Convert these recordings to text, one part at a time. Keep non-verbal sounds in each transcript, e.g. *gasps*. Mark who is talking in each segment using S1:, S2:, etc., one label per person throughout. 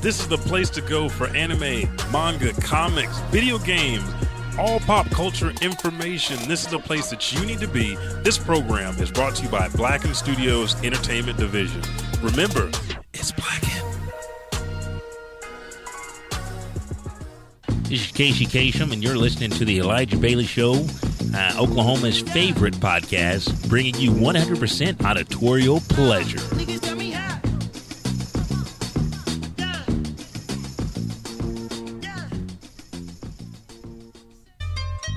S1: This is the place to go for anime, manga, comics, video games, all pop culture information. This is the place that you need to be. This program is brought to you by Blacken Studios Entertainment Division. Remember, it's Blacken.
S2: This is Casey Kasem, and you're listening to the Elijah Bailey Show, uh, Oklahoma's favorite podcast, bringing you 100% auditorial pleasure.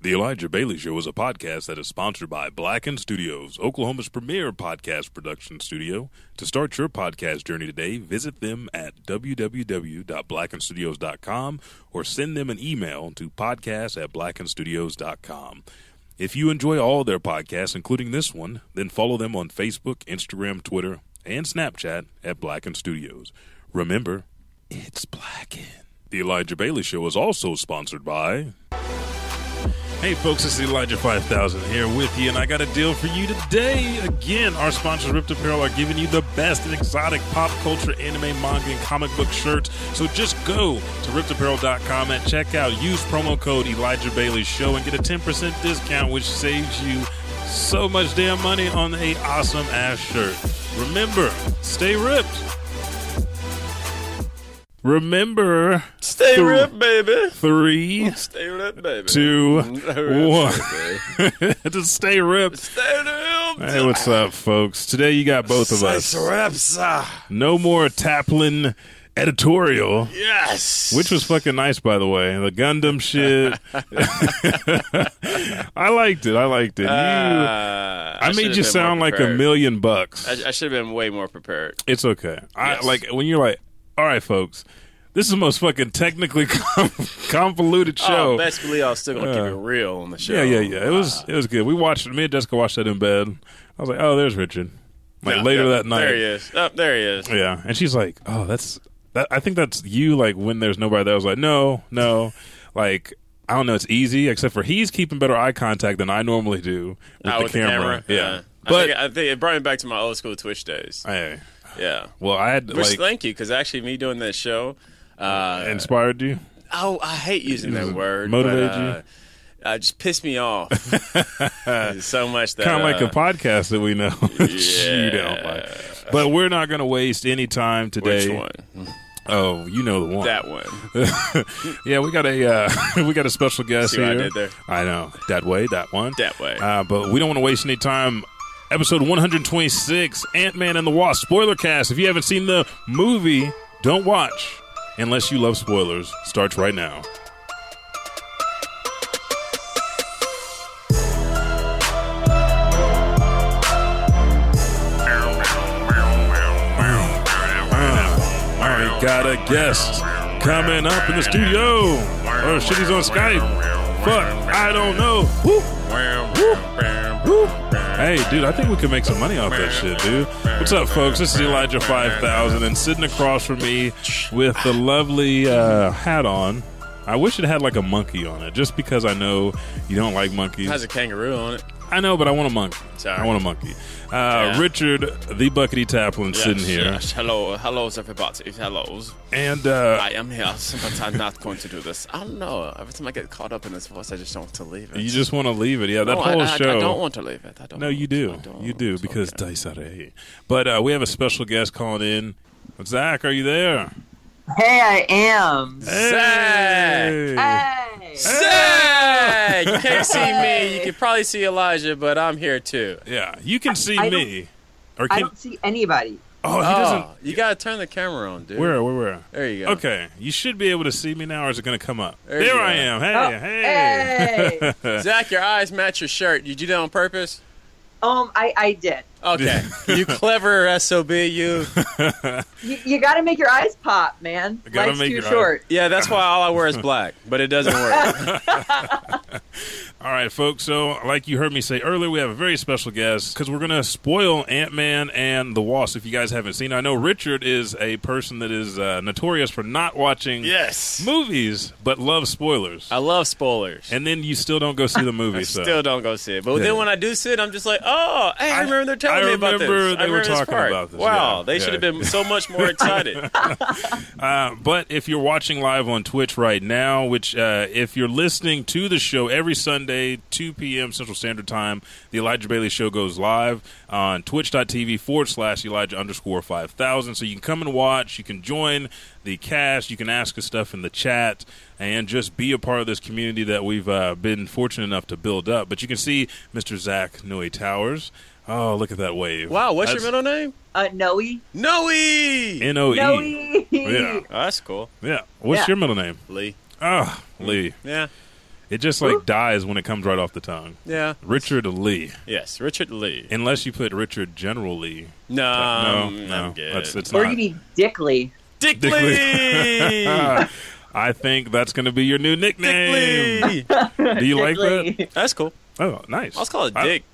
S1: The Elijah Bailey Show is a podcast that is sponsored by Blacken Studios, Oklahoma's premier podcast production studio. To start your podcast journey today, visit them at www.blackenstudios.com or send them an email to podcast at blackenstudios.com. If you enjoy all their podcasts, including this one, then follow them on Facebook, Instagram, Twitter, and Snapchat at Blacken Studios. Remember, it's Blacken. The Elijah Bailey Show is also sponsored by. Hey folks, it's Elijah 5000 here with you, and I got a deal for you today. Again, our sponsors, Ripped Apparel, are giving you the best in exotic pop culture, anime, manga, and comic book shirts. So just go to rippedapparel.com at checkout, use promo code Elijah Bailey Show, and get a 10% discount, which saves you so much damn money on a awesome ass shirt. Remember, stay ripped. Remember,
S3: Stay
S1: Three.
S3: ripped, baby.
S1: three,
S3: Stay ripped, baby.
S1: two,
S3: Stay
S1: one.
S3: ripped, baby.
S1: *laughs* to stay ripped.
S3: Stay ripped.
S1: Hey, what's up, folks? Today you got both of us.
S3: Six reps. ah.
S1: No more Taplin editorial,
S3: Yes.
S1: which was fucking nice, by the way. The Gundam shit. *laughs* I liked it. I liked it. You,
S3: Uh,
S1: I, made you sound like a
S3: million.
S1: million bucks.
S3: I, I should have been way more prepared.
S1: it's okay. I
S3: Yes.
S1: like when you're like, all right, folks. This is the most fucking technically *laughs* com- convoluted show.
S3: Oh, best believe I was still gonna keep it real on the show.
S1: Uh, Yeah, yeah, yeah. It was it was good. We watched me and Jessica watched that in bed. I was like, oh, there's Richard. Like
S3: Yeah,
S1: later
S3: yeah.
S1: that night.
S3: There he is. Oh, there he is.
S1: Yeah, and she's like, oh, that's that. I think that's you. Like when there's nobody there, I was like, no, no, like. I don't know. It's easy, except for he's keeping better eye contact than I normally do with,
S3: Ah,
S1: the,
S3: with
S1: camera.
S3: the
S1: Yeah,
S3: camera. Uh, I,
S1: but
S3: think, I think it brought me back to my old school Twitch days.
S1: hey,
S3: Yeah.
S1: well, I had
S3: Which
S1: like
S3: thank you, because actually, me doing that show, uh,
S1: inspired you.
S3: Oh, I hate using that word.
S1: motivated
S3: but, uh, Uh, just pissed
S1: *laughs*
S3: me off so much that
S1: kind of like
S3: uh,
S1: a podcast that we know *laughs* that you don't like. But we're not going to waste any time today.
S3: which one?
S1: Oh, you know the one.
S3: That one.
S1: *laughs* yeah, we got a uh, *laughs* we got a special guest
S3: See
S1: here.
S3: what I did there?
S1: I know that way, that one,
S3: That way.
S1: Uh, but we don't want to waste any time. Episode 126, Ant Man and the Wasp spoiler cast. If you haven't seen the movie, don't watch unless you love spoilers. Starts right now. I got a guest coming up in the studio. Or shit, he's on Skype. Fuck, I don't know. Woo, woo. Hey, dude, I think we can make some money off that shit, dude. What's up, folks? This is Elijah 5000, and sitting across from me with the lovely uh, hat on. I wish it had like a monkey on it, just because I know you don't like monkeys.
S3: Has a kangaroo on it.
S1: I know, but I want a monkey.
S3: Sorry.
S1: I want a monkey. Uh, Richard, the Buckety Taplin, *laughs* sitting
S3: Yes,
S1: here,
S3: yes. Hello, hello, everybody. Hello.
S1: and uh,
S3: I am here, *laughs* but I'm not going to do this. I don't know. Every time I get caught up in this voice, I just don't want to leave it.
S1: you just want to leave it. Yeah, that
S3: no,
S1: whole
S3: I, I,
S1: show.
S3: I don't want to leave it. I don't
S1: no, you
S3: I
S1: do.
S3: don't.
S1: You do because dice out of eight. But uh, we have a special guest calling in. Zach, are you there?
S4: Hey, I am.
S1: Hey!
S4: Hey.
S3: Zach! You can't see me. You can probably see Elijah, but I'm here too.
S1: Yeah, you can see
S4: I don't-
S1: me. Or
S4: I
S1: can
S4: don't see anybody.
S1: oh he doesn't?
S3: Oh, you gotta turn the camera on, dude.
S1: Where? Where? Where?
S3: There you go.
S1: Okay, you should be able to see me now, or is it going to come up? There,
S3: There you
S1: I
S3: go.
S1: am.
S4: Oh,
S1: Hey, *laughs* hey.
S3: Zach, your eyes match your shirt. You do that on purpose?
S4: Um, I, I did.
S3: Okay.
S5: *laughs*
S3: you clever SOB,
S4: You,
S3: you.
S4: you got to make your eyes pop, man.
S1: gotta
S4: Life's
S1: make
S4: too
S1: your eyes-
S4: short.
S1: *laughs*
S3: Yeah, that's why all I wear is black, but it doesn't work.
S1: All right, folks. So, like you heard me say earlier, we have a very special guest because we're going to spoil Ant Man and the Wasp if you guys haven't seen. it. I know Richard is a person that is uh, notorious for not watching
S5: Yes.
S1: movies, but loves spoilers.
S5: I love spoilers.
S1: and then you still don't go see the movie.
S5: *laughs* I
S1: so.
S5: still don't go see it. But
S1: Yeah.
S5: then when I do see it, I'm just like, oh, hey, I,
S1: I-
S5: remember they're
S1: I
S5: telling me about this.
S1: remember
S5: I
S1: they were
S5: remember this
S1: talking
S5: part.
S1: about this,
S5: Wow,
S1: yeah,
S5: they
S1: yeah.
S5: should have been so much
S1: *laughs*
S5: more excited.
S1: Uh, but if you're watching live on Twitch right now, which uh, if you're listening to the show every Sunday, 2 p.m. Central Standard Time, the Elijah Bailey Show goes live on twitch.tv forward slash Elijah underscore 5000. So you can come and watch, you can join the cast, you can ask us stuff in the chat, and just be a part of this community that we've uh, been fortunate enough to build up. But you can see Mr. Zach Noe Towers. Oh, look at that wave.
S5: wow, what's your middle name?
S4: Uh, Noe.
S5: Noe.
S1: N O
S4: Noe.
S1: E. Yeah.
S5: oh, that's cool.
S1: Yeah. What's
S4: Yeah.
S1: your middle name?
S5: Lee.
S1: Ah, Lee.
S5: Yeah.
S1: It just like dies when it comes right off the tongue.
S5: Yeah.
S1: Richard Lee.
S5: Yes, Richard Lee.
S1: Unless you put Richard General Lee.
S5: No,
S1: no,
S5: I'm-
S1: no.
S5: I'm good.
S1: That's, it's
S4: Um, Or
S1: not.
S4: you mean Dick Lee.
S5: Dick,
S1: Dick Lee. *laughs*
S5: Lee.
S1: Ah, I think that's going to be your new nickname.
S5: Dick Lee.
S1: Do you like
S4: Dick Lee.
S1: that?
S5: That's cool.
S1: Oh, nice.
S5: I was called
S1: I-
S5: Dick.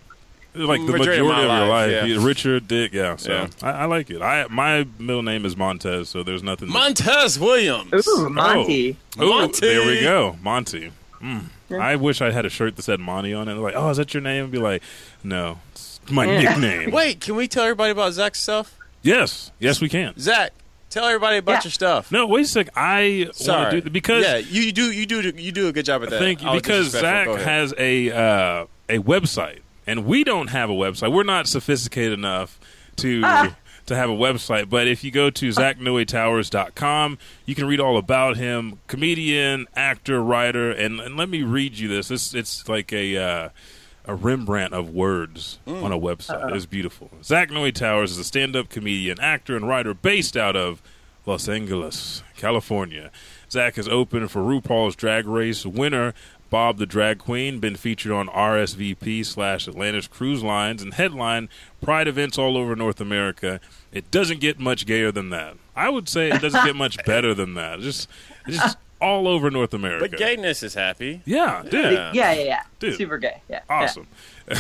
S1: like the majority
S5: Majority
S1: of,
S5: of my
S1: your life.
S5: life, yeah.
S1: You- Richard Dick. Yeah. So
S5: Yeah.
S1: I, I like it. I my middle name is Montez, so there's nothing.
S5: Montez Williams.
S4: *laughs* Ooh, Monty.
S1: Oh, Ooh,
S5: Monty.
S1: There we go, Monty. Mm. I wish I had a shirt that said Monty on it. Like, oh, is that your name? I'd be like, no, it's my
S4: Yeah.
S5: *laughs*
S1: nickname.
S5: Wait, can we tell everybody about Zach's stuff?
S1: Yes, yes, we can.
S5: Zach, tell everybody about
S4: Yeah.
S5: your stuff.
S1: No, wait a sec. I want to
S5: Sorry,
S1: do because
S5: yeah, you, you do you do you do a good job at that.
S1: thank you
S5: I was
S1: because Zach
S5: disrespectful. Go ahead.
S1: has a uh, a website and we don't have a website. We're not sophisticated enough to. To have a website, but if you go to zachnoetowers.com, you can read all about him. Comedian, actor, writer, and, and let me read you this. It's it's like a uh, a Rembrandt of words
S5: Mm.
S1: on a
S5: Uh-uh.
S1: website. It's beautiful. Zach Noe Towers is a stand up comedian, actor, and writer based out of Los Angeles, California. Zach is open for RuPaul's Drag Race winner Bob the Drag Queen, been featured on RSVP slash Atlantis Cruise Lines and headline Pride events all over North America. It doesn't get much gayer than that. I would say it doesn't get much better than that. Just, just all over North America.
S5: But gayness is
S1: *laughs*
S5: happy.
S1: yeah, dude,
S5: Yeah.
S4: Yeah, yeah, yeah.
S1: Dude.
S4: Super gay. Yeah.
S1: awesome.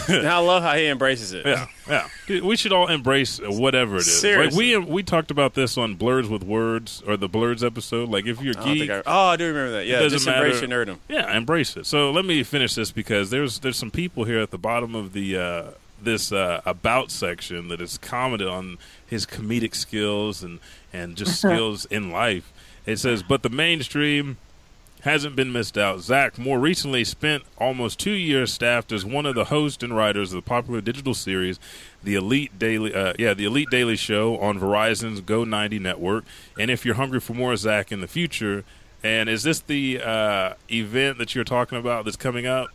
S5: And I love how he embraces it.
S1: Yeah, yeah. Dude, We should all embrace whatever it is. Like
S5: Seriously.
S1: we we talked about this on Blurs with Words or the Blurs episode. Like if you're
S5: I don't
S1: geek,
S5: think I, oh, I do remember that. Yeah,
S1: doesn't
S5: just embrace
S1: matter.
S5: your nerdom.
S1: yeah, embrace it. So let me finish this because there's there's some people here at the bottom of the uh, this uh, about section that has commented on his comedic skills and and just skills in life. It says, but the mainstream hasn't been missed out. Zach more recently spent almost two years staffed as one of the hosts and writers of the popular digital series, the Elite Daily, uh, yeah, the Elite Daily Show on Verizon's Go ninety network. And if you're hungry for more Zach in the future, and is this the uh, event that you're talking about that's coming up?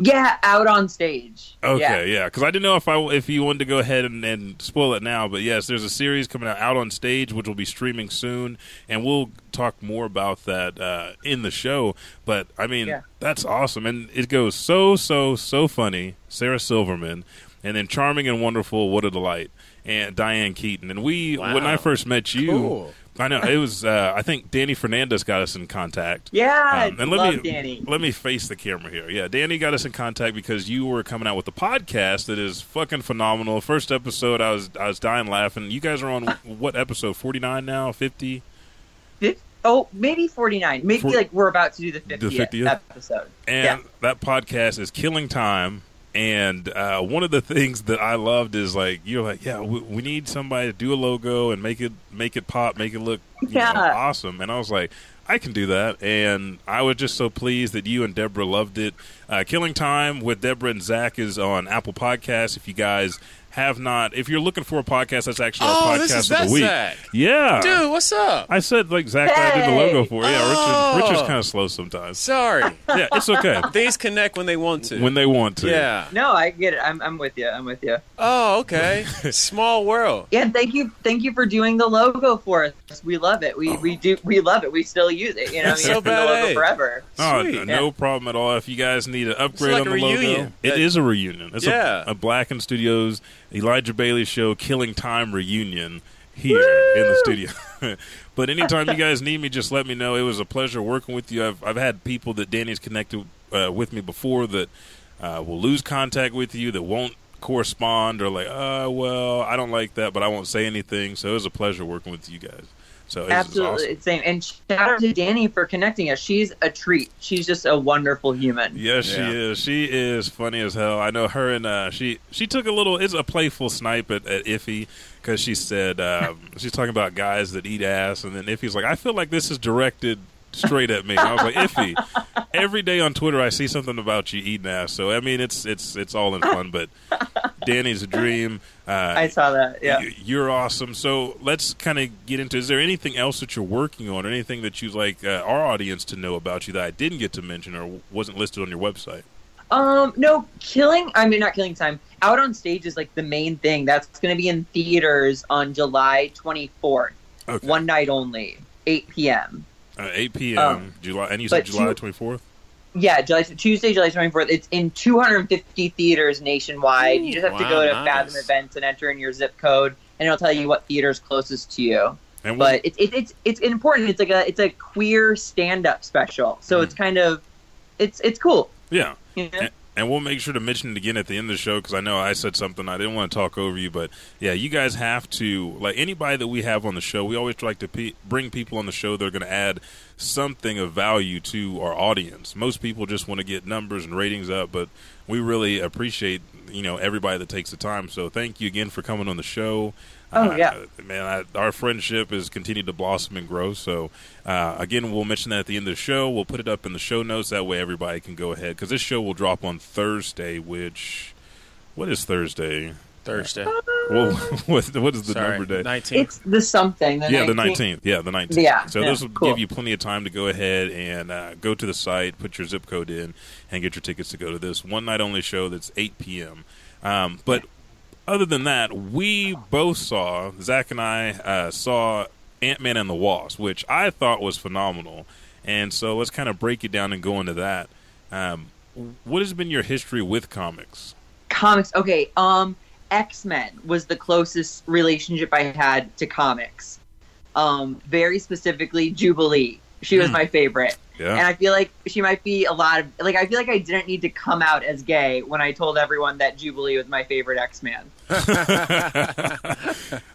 S4: Yeah, out on stage. Yeah.
S1: Okay, yeah, because I didn't know if I if you wanted to go ahead and, and spoil it now, but yes, there's a series coming out out on stage, which will be streaming soon, and we'll talk more about that uh, in the show. But I mean,
S4: Yeah.
S1: that's awesome, and it goes so so so funny. Sarah Silverman, and then charming and wonderful, what a delight, and Diane Keaton, and we when I
S5: Wow.
S1: first met you.
S5: Cool.
S1: I know it was. Uh, I think Danny Fernandez got us in contact.
S4: Yeah,
S1: Um, and let
S4: love
S1: me
S4: Danny.
S1: let me face the camera here. Yeah, Danny got us in contact because you were coming out with a podcast that is fucking phenomenal. First episode, I was I was dying laughing. You guys are on what episode? Forty nine now, fifty.
S4: Fif- Oh, maybe 49. Maybe
S1: For-
S4: like we're about to do the 50th,
S1: 50th?
S4: episode.
S1: and
S4: yeah.
S1: that podcast is killing time. And uh, one of the things that I loved is like you're like, yeah, we, we need somebody to do a logo and make it make it pop, make it look you know,
S4: Yeah.
S1: awesome. And I was like, I can do that. And I was just so pleased that you and Deborah loved it. Uh, killing time with Deborah and Zach is on Apple Podcasts. If you guys have not, if you're looking for a podcast, that's actually our
S5: Oh,
S1: podcast
S5: this is
S1: of
S5: that
S1: the week.
S5: Zach.
S1: Yeah,
S5: Dude, what's
S1: *laughs*
S5: up?
S1: I said like Zach, that I did the
S4: Hey.
S1: logo for. Yeah,
S5: Oh.
S1: Richard, Richard's kind of slow sometimes.
S5: Sorry.
S1: Yeah,
S4: *laughs*
S1: it's okay.
S5: Things connect when they want to.
S1: when they want to.
S5: yeah.
S4: No, I get it. I'm, I'm with you. I'm with you.
S5: Oh,
S1: *laughs*
S5: okay. Small world.
S4: Yeah, thank you, thank you for doing the logo for us. We love it. We we do we love it. We still use it. You know, I mean,
S5: So
S4: it's been the logo
S5: bad, eh?
S4: forever.
S1: Oh,
S5: Sweet.
S1: n- no problem at all. If you guys need an upgrade
S5: like
S1: on
S5: a
S1: the logo,
S5: reunion.
S1: it
S5: That-
S1: is a reunion. It's a-
S5: Yeah.
S1: a, Black and Studios Elijah Bailey show Killing Time reunion here in the studio. *laughs*
S5: *laughs*
S1: but anytime you guys need me, just let me know. It was a pleasure working with you. I've I've had people that Danny's connected uh, with me before that uh, will lose contact with you, that won't correspond, or like, uh, well, I don't like that, but I won't say anything. So it was a pleasure working with you guys. So it's
S4: Absolutely
S1: Awesome.
S4: insane. And shout out to Danny for connecting us. She's a treat. She's just a wonderful *laughs* human.
S1: Yes,
S5: Yeah.
S1: she is. She is funny as hell. I know her and uh, she she took a little. It's a playful snipe at, at Iffy because she said um, *laughs* she's talking about guys that eat ass, and then Iffy's like, I feel like this is directed straight at me. And I was like, Iffy, every day on Twitter I see something about you eating ass. So I mean, it's it's it's all in fun. But Danny's a dream. Uh,
S4: I saw that. Yeah.
S1: Y- You're awesome. So let's kind of get into. Is there anything else that you're working on, or anything that you'd like uh, our audience to know about you that I didn't get to mention or w- wasn't listed on your website?
S4: Um, no, killing. I mean, not killing time. Out on stage is like the main thing. That's going to be in theaters on July 24th,
S1: Okay.
S4: one night only, 8 p.m.
S1: Uh, 8 p.m.
S4: Um,
S1: July, and you said
S4: but
S1: July
S4: you-
S1: 24th.
S4: Yeah, July Tuesday, July 24th. It's in 250 theaters nationwide. you just have to
S5: Wow,
S4: go to
S5: nice.
S4: Fathom Events and enter in your zip code, and it'll tell you what theater's closest to you.
S1: And what-
S4: But it's it, it's it's important. It's like a it's a queer stand up special, so it's kind of it's it's cool.
S1: Mm. yeah,
S4: You know?
S1: and, and we'll make sure to mention it again at the end of the show because I know I said something I didn't want to talk over you, but yeah, you guys have to like anybody that we have on the show. We always like to pe- bring people on the show that are going to add something of value to our audience. Most people just want to get numbers and ratings up, but we really appreciate you know everybody that takes the time. So thank you again for coming on the show.
S4: Oh,
S1: Uh,
S4: yeah.
S1: man, I, our friendship has continued to blossom and grow. So, uh, again, we'll mention that at the end of the show. We'll put it up in the show notes. That way, everybody can go ahead because this show will drop on Thursday. Which, what is Thursday?
S5: Thursday.
S1: Well, *laughs* what, what is the
S5: Sorry,
S1: number day?
S5: 19.
S4: It's the something. The
S1: yeah, the
S4: 19th.
S1: nineteenth. Yeah, the nineteenth.
S4: Yeah,
S1: So
S4: yeah,
S1: this will
S4: cool.
S1: give you plenty of time to go ahead and uh, go to the site, put your zip code in, and get your tickets to go to this one night only show that's eight p.m. Um, but other than that, we both saw Zach and I uh, saw Ant Man and the Wasp, which I thought was phenomenal. And so let's kind of break it down and go into that. Um, what has been your history with comics?
S4: comics okay um x-men was the closest relationship i had to comics um very specifically jubilee she was
S1: Hmm.
S4: my favorite *laughs*
S1: Yeah. *laughs*
S4: and i feel like she might be a lot of like i feel like i didn't need to come out as gay when i told everyone that jubilee was my favorite x-man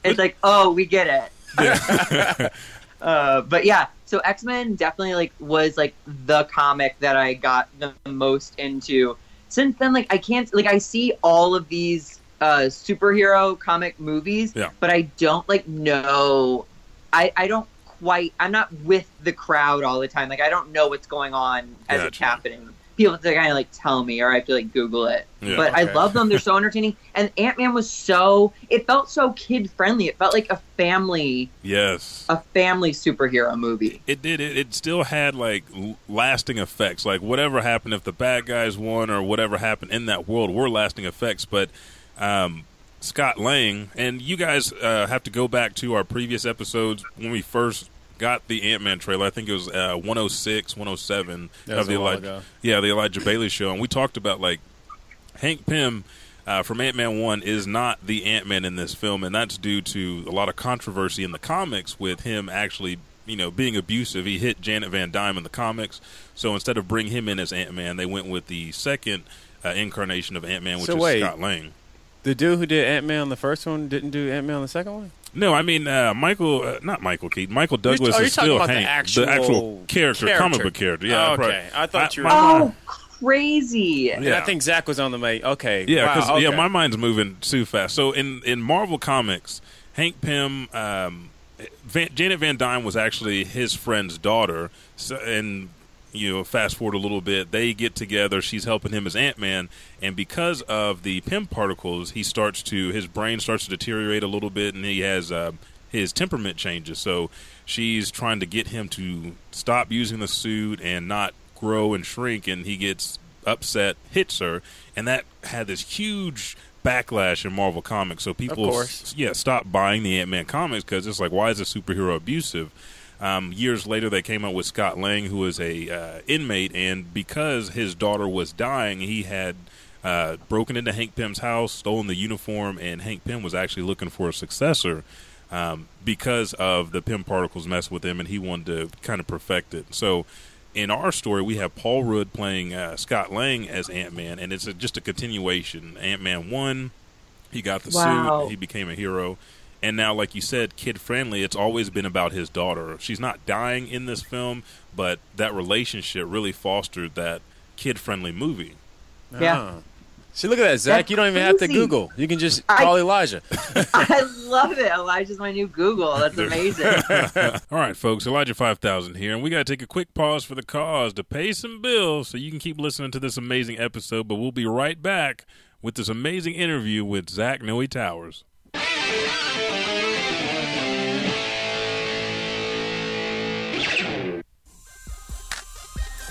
S4: it's like oh we get it uh, but yeah so x-men definitely like was like the comic that i got the most into since then like i can't like i see all of these uh superhero comic movies
S1: Yeah.
S4: but i don't like know i i don't quite i'm not with the crowd all the time like i don't know what's going on as it's
S1: Gotcha.
S4: happening people have to kind of like tell me or i have to like google it
S1: Yeah.
S4: but i
S5: Okay.
S4: love them they're so *laughs* entertaining and ant-man was so it felt so kid friendly it felt like a family
S1: yes.
S4: a family superhero movie
S1: It did. It, it still had like l- lasting effects. Like whatever happened, if the bad guys won or whatever happened in that world, were lasting effects. But um, Scott Lang and you guys uh, have to go back to our previous episodes when we first got the Ant Man trailer. I think it was uh, 106, 107
S5: That was
S1: of the
S5: a while
S1: Elijah,
S5: ago.
S1: yeah, the Elijah Bailey show, and we talked about like Hank Pym uh, from Ant Man One is not the Ant Man in this film, and that's due to a lot of controversy in the comics with him actually, you know, being abusive. He hit Janet Van Dyne in the comics, so instead of bringing him in as Ant Man, they went with the second uh, incarnation of Ant Man, which
S5: So
S1: is
S5: wait.
S1: Scott Lang.
S5: the dude who did Ant Man on the first one didn't do Ant Man on the second one?
S1: No, I mean uh, Michael, uh, not Michael Keaton. Michael Douglas
S5: oh, you're
S1: is
S5: talking
S1: still
S5: about the
S1: Hank,
S5: actual
S1: character, comic
S5: character.
S1: book character. Yeah,
S5: Oh, okay.
S1: right.
S5: I thought you were-
S1: my-
S4: oh crazy
S1: Yeah.
S5: And I think Zach was on the way. Okay.
S1: Yeah,
S5: wow,
S1: because yeah,
S5: okay.
S1: my mind's moving too fast. So in in Marvel comics, Hank Pym, um, Van, Janet Van Dyne was actually his friend's daughter, so, and you know, fast forward a little bit, they get together. She's helping him as Ant Man, and because of the Pym particles, he starts to his brain starts to deteriorate a little bit, and he has. Uh, his temperament changes, so she's trying to get him to stop using the suit and not grow and shrink, and he gets upset hits her, and that had this huge backlash in Marvel Comics. So people,
S5: Of course.
S1: yeah, stopped buying the Ant Man comics because it's like, why is a superhero abusive? Um, years later, they came out with Scott Lang, who is a uh, inmate, and because his daughter was dying, he had. Uh, broken into Hank Pym's house, stolen the uniform, and Hank Pym was actually looking for a successor um, because of the Pym particles mess with him, and he wanted to kind of perfect it. So in our story, we have Paul Rudd playing uh, Scott Lang as Ant Man, and it's a, just a continuation. Ant Man one, he got the
S4: Wow.
S1: suit, he became a hero, and now, like you said, kid friendly. It's always been about his daughter. She's not dying in this film, but that relationship really fostered that kid friendly movie. *laughs*
S4: Yeah.
S5: Ah. See, look at that, Zach.
S4: That's
S5: you don't even have to
S4: crazy.
S5: Google. You can just
S4: I-
S5: call Elijah.
S4: *laughs* I love it. Elijah's my new Google. That's amazing. *laughs*
S1: All right, folks, Elijah 5000 here, and we got to take a quick pause for the cause to pay some bills so you can keep listening to this amazing episode. But we'll be right back with this amazing interview with Zach Noe Towers.
S3: *laughs*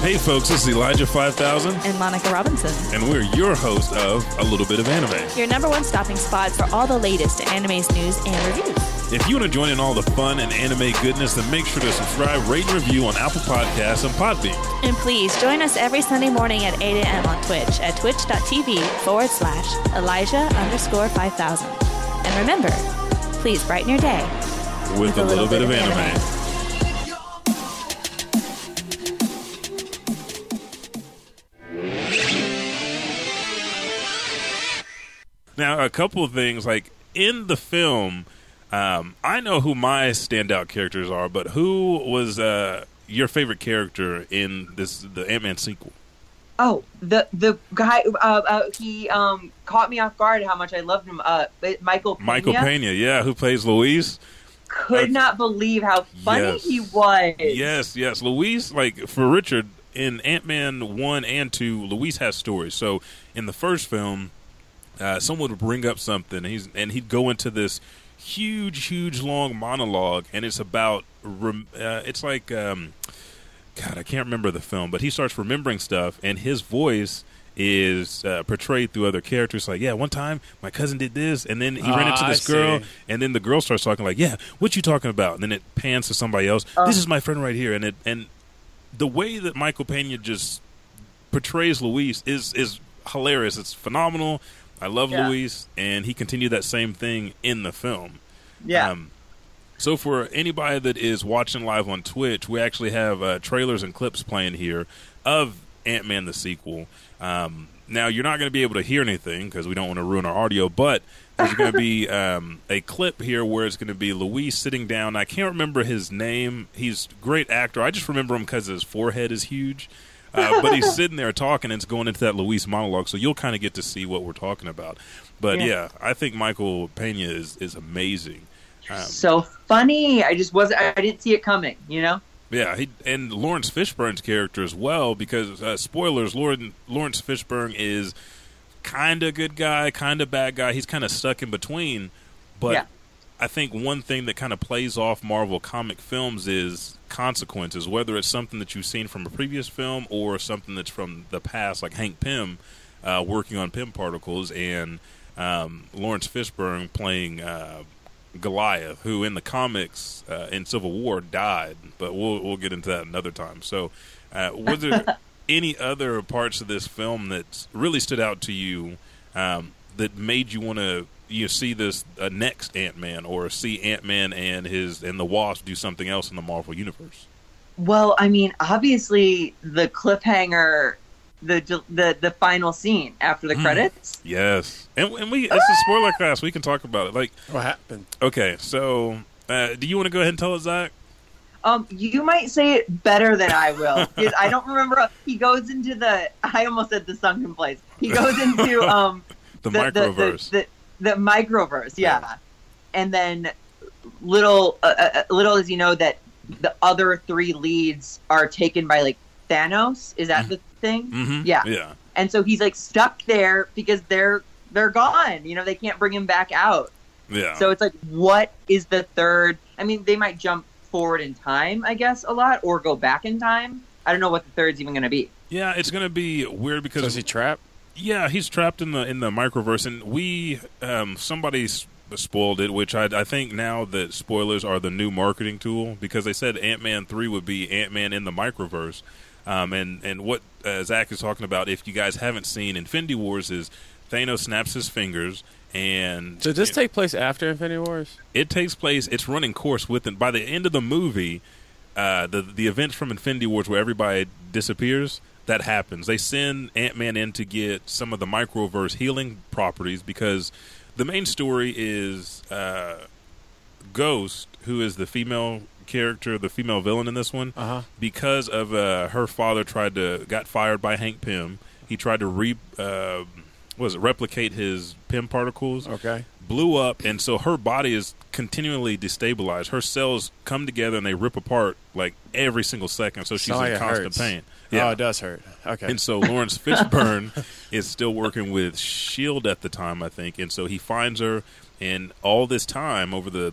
S1: Hey, folks, this is Elijah 5000,
S6: and Monica Robinson,
S1: and we're your host of A Little Bit of Anime.
S6: your number one stopping spot for all the latest anime's news and reviews.
S1: If you want to join in all the fun and anime goodness, then make sure to subscribe, rate, and review on Apple Podcasts and Podbean.
S6: And please join us every Sunday morning at 8 a.m. on Twitch at twitch.tv forward slash Elijah underscore 5000. And remember, please brighten your day
S1: With, a little, bit, of anime. Now, a couple of things like in the film, um, I know who my standout characters are, but who was uh, your favorite character in this the Ant Man sequel?
S4: Oh, the the guy uh, uh, he um caught me off guard how much I loved him. Uh, but Michael Pena,
S1: Michael Pena, yeah, who plays Louise.
S4: could not believe how funny
S1: Yes.
S4: he was.
S1: Yes, yes. Louise, like for Richard in Ant Man one and two, Louise has stories. So in the first film, uh, someone would bring up something, and he's and he'd go into this huge, huge long monologue, and it's about rem- uh, it's like um, God, I can't remember the film, but he starts remembering stuff, and his voice. Is uh, portrayed through other characters like, yeah, one time my cousin did this, and then he ran
S3: Ah,
S1: into
S3: I
S1: this girl,
S3: see.
S1: and then the girl starts talking like, "Yeah, what you talking about?" And then it pans to somebody else.
S3: Uh.
S1: this is my friend right here, and it and the way that Michael Pena just portrays Luis is is hilarious. It's phenomenal. I love
S4: Yeah.
S1: Luis, and he continued that same thing in the film.
S4: yeah.
S1: Um, so for anybody that is watching live on Twitch, we actually have uh, trailers and clips playing here of Ant Man the sequel. Um, now you're not going to be able to hear anything because we don't want to ruin our audio, but there's going to
S4: *laughs*
S1: be um, a clip here where it's going to be Luis sitting down. I can't remember his name. He's a great actor. I just remember him because his forehead is huge. Uh, but
S4: *laughs*
S1: he's sitting there talking, and it's going into that Luis monologue, so you'll kind of get to see what we're talking about. But yeah,
S4: Yeah.
S1: I think Michael Pena is is amazing. Um,
S4: so funny. I just wasn't. I didn't see it coming. You know.
S1: yeah, he, and Lawrence Fishburne's character as well, because uh, spoilers, Lauren, Lawrence Fishburne is kind of good guy, kind of bad guy. He's kind of stuck in between. But
S4: Yeah.
S1: I think one thing that kind of plays off Marvel comic films is consequences, whether it's something that you've seen from a previous film or something that's from the past, like Hank Pym uh, working on Pym particles and um, Lawrence Fishburne playing. Uh, Goliath, who in the comics uh, in Civil War died, but we'll we'll get into that another time. So, uh, were there any other parts of this film that really stood out to you um, that made you want to you see this uh, next Ant Man or see Ant Man and his and the Wasp do something else in the Marvel universe?
S4: Well, I mean, obviously the cliffhanger, the the the final scene after the
S1: Mm.
S4: credits.
S1: Yes, and, and we it's a spoiler class. We can talk about it. Like,
S5: What happened?
S1: okay, so uh, do you want to go ahead and tell us, Zach?
S4: Um, you might say it better than I will. 'cause I don't remember. He goes into the. I almost said the sunken place. He goes
S1: *laughs*
S4: into um
S1: The, microverse.
S4: The, the, the microverse, yeah. And then little uh, uh, uh, little as you know that the other three leads are taken by like Thanos. Is that the thing?
S1: mm-hmm.
S4: yeah.
S1: yeah.
S4: And so he's like stuck there because they're they're gone. You know, they can't bring him back out.
S1: Yeah.
S4: So it's like, what is the third? I mean, they might jump forward in time, I guess, a lot, or go back in time. I don't know what the third's even going to be.
S1: yeah, it's gonna be weird
S5: So
S1: because
S5: is he trapped?
S1: yeah, he's trapped in the in the microverse, and we um somebody s- spoiled it, which I I think now that spoilers are the new marketing tool because they said Ant Man three would be Ant Man in the microverse. Um, and and what uh, Zach is talking about, if you guys haven't seen Infinity Wars, is Thanos snaps his fingers and
S5: Did this take place after Infinity Wars?
S1: it takes place it's running course with and by the end of the movie uh, the the events from Infinity Wars where everybody disappears that happens they send Ant-Man in to get some of the microverse healing properties because the main story is uh, Ghost who is the female character the female villain in this one
S5: Uh-huh.
S1: because of uh, her father tried to got fired by Hank Pym he tried to re uh, what was it replicate his Pym particles
S5: Okay.
S1: blew up, and so her body is continually destabilized. Her cells come together and they rip apart like every single second, so she's
S5: Oh,
S1: in
S5: it
S1: constant
S5: hurts.
S1: pain.
S5: Oh, it does hurt. Okay.
S1: And so Lawrence
S5: *laughs*
S1: Fishburne is still working with Shield E at the time, I think, and so he finds her, and all this time over the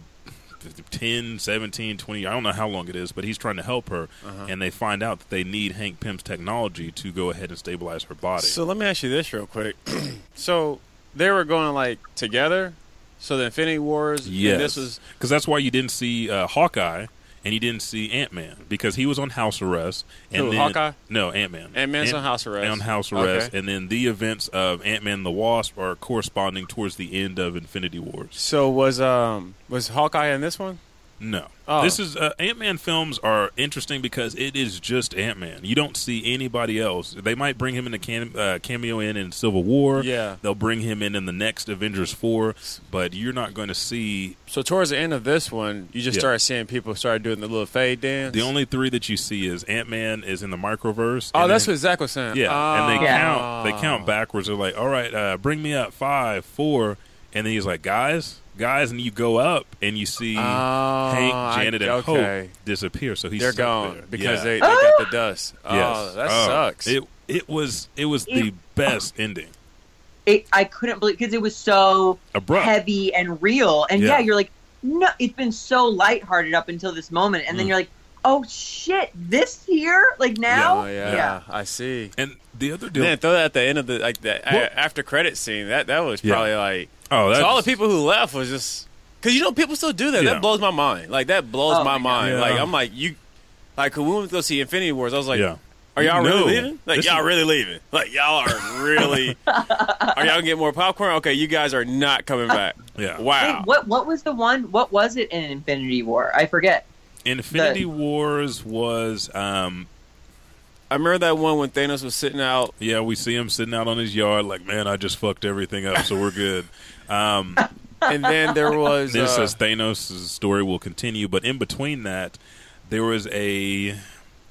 S1: 10, 17, 20, I don't know how long it is, but he's trying to help her,
S5: Uh-huh.
S1: and they find out that they need Hank Pym's technology to go ahead and stabilize her body.
S5: So let me ask you this real quick. *clears throat* so they were going like together. So the Infinity Wars. and
S1: Yes,
S5: This was
S1: because that's why you didn't see uh, Hawkeye and you didn't see Ant Man because he was on house arrest. And
S5: Who,
S1: then,
S5: Hawkeye?
S1: No, Ant Man.
S5: Ant-Man's on house arrest.
S1: On house arrest,
S5: Okay.
S1: and then the events of Ant Man the Wasp are corresponding towards the end of Infinity Wars.
S5: so was um was Hawkeye in this one?
S1: No,
S5: Oh.
S1: this is uh, Ant Man films are interesting because it is just Ant Man. You don't see anybody else. They might bring him in a cam- uh, cameo in in Civil War.
S5: Yeah.
S1: they'll bring him in in the next Avengers four, but you're not going to see
S5: So towards the end of this one, you just
S1: Yeah.
S5: started seeing people started doing the little fade dance.
S1: The only three that you see is Ant Man is in the microverse.
S5: oh,
S1: and
S5: that's
S1: then-
S5: what Zach was saying. Ah.
S1: Yeah, and they
S4: Yeah.
S1: count. They count backwards. They're like, "All right, uh, bring me up five, four, and then he's like, "Guys, guys," and you go up and you see
S5: Oh,
S1: Hank,
S5: I-
S1: Janet, and
S5: okay.
S1: Hope disappear. So he's
S5: They're
S1: stuck
S5: gone
S1: there.
S5: because
S1: Yeah.
S5: they, they got the dust. Oh,
S1: Yes.
S5: that
S1: Oh,
S5: sucks.
S1: It it was it was the best ending.
S4: It, I couldn't believe because it was so
S1: Abrupt.
S4: heavy and real. And yeah.
S1: Yeah.
S4: you're like, no, it's been so lighthearted up until this moment, and then you're like, oh shit, this here, like now,
S5: Oh, yeah, I see.
S1: And the other deal,
S5: And then throw that at the end of the like the
S1: Well-
S5: a- after credit scene. That that was
S1: Yeah.
S5: probably like
S1: oh, that's
S5: so all the people who left was just because you know people still do that.
S1: Yeah.
S5: That blows my mind. Like that blows
S4: Oh, my
S5: my
S4: God.
S5: mind.
S1: Yeah.
S5: Like I'm like you, like when we went to go see Infinity Wars, I was like,
S1: Yeah.
S5: are y'all
S1: No.
S5: really leaving? Like
S1: This
S5: y'all
S1: is-
S5: really leaving? Like y'all are really? are y'all gonna get more popcorn? Okay, you guys are not coming back.
S1: Yeah.
S4: *laughs*
S5: Wow.
S4: Wait, what what was the one? What was it in Infinity War? I forget.
S1: Infinity Wars was um,
S5: *laughs* I remember that one when Thanos was sitting out.
S1: Yeah, we see him sitting out on his yard, like, man, I just fucked everything up, so we're
S5: *laughs*
S1: good. Um,
S5: And then there was
S1: then it
S5: uh,
S1: says Thanos' story will continue, but in between that, there was a.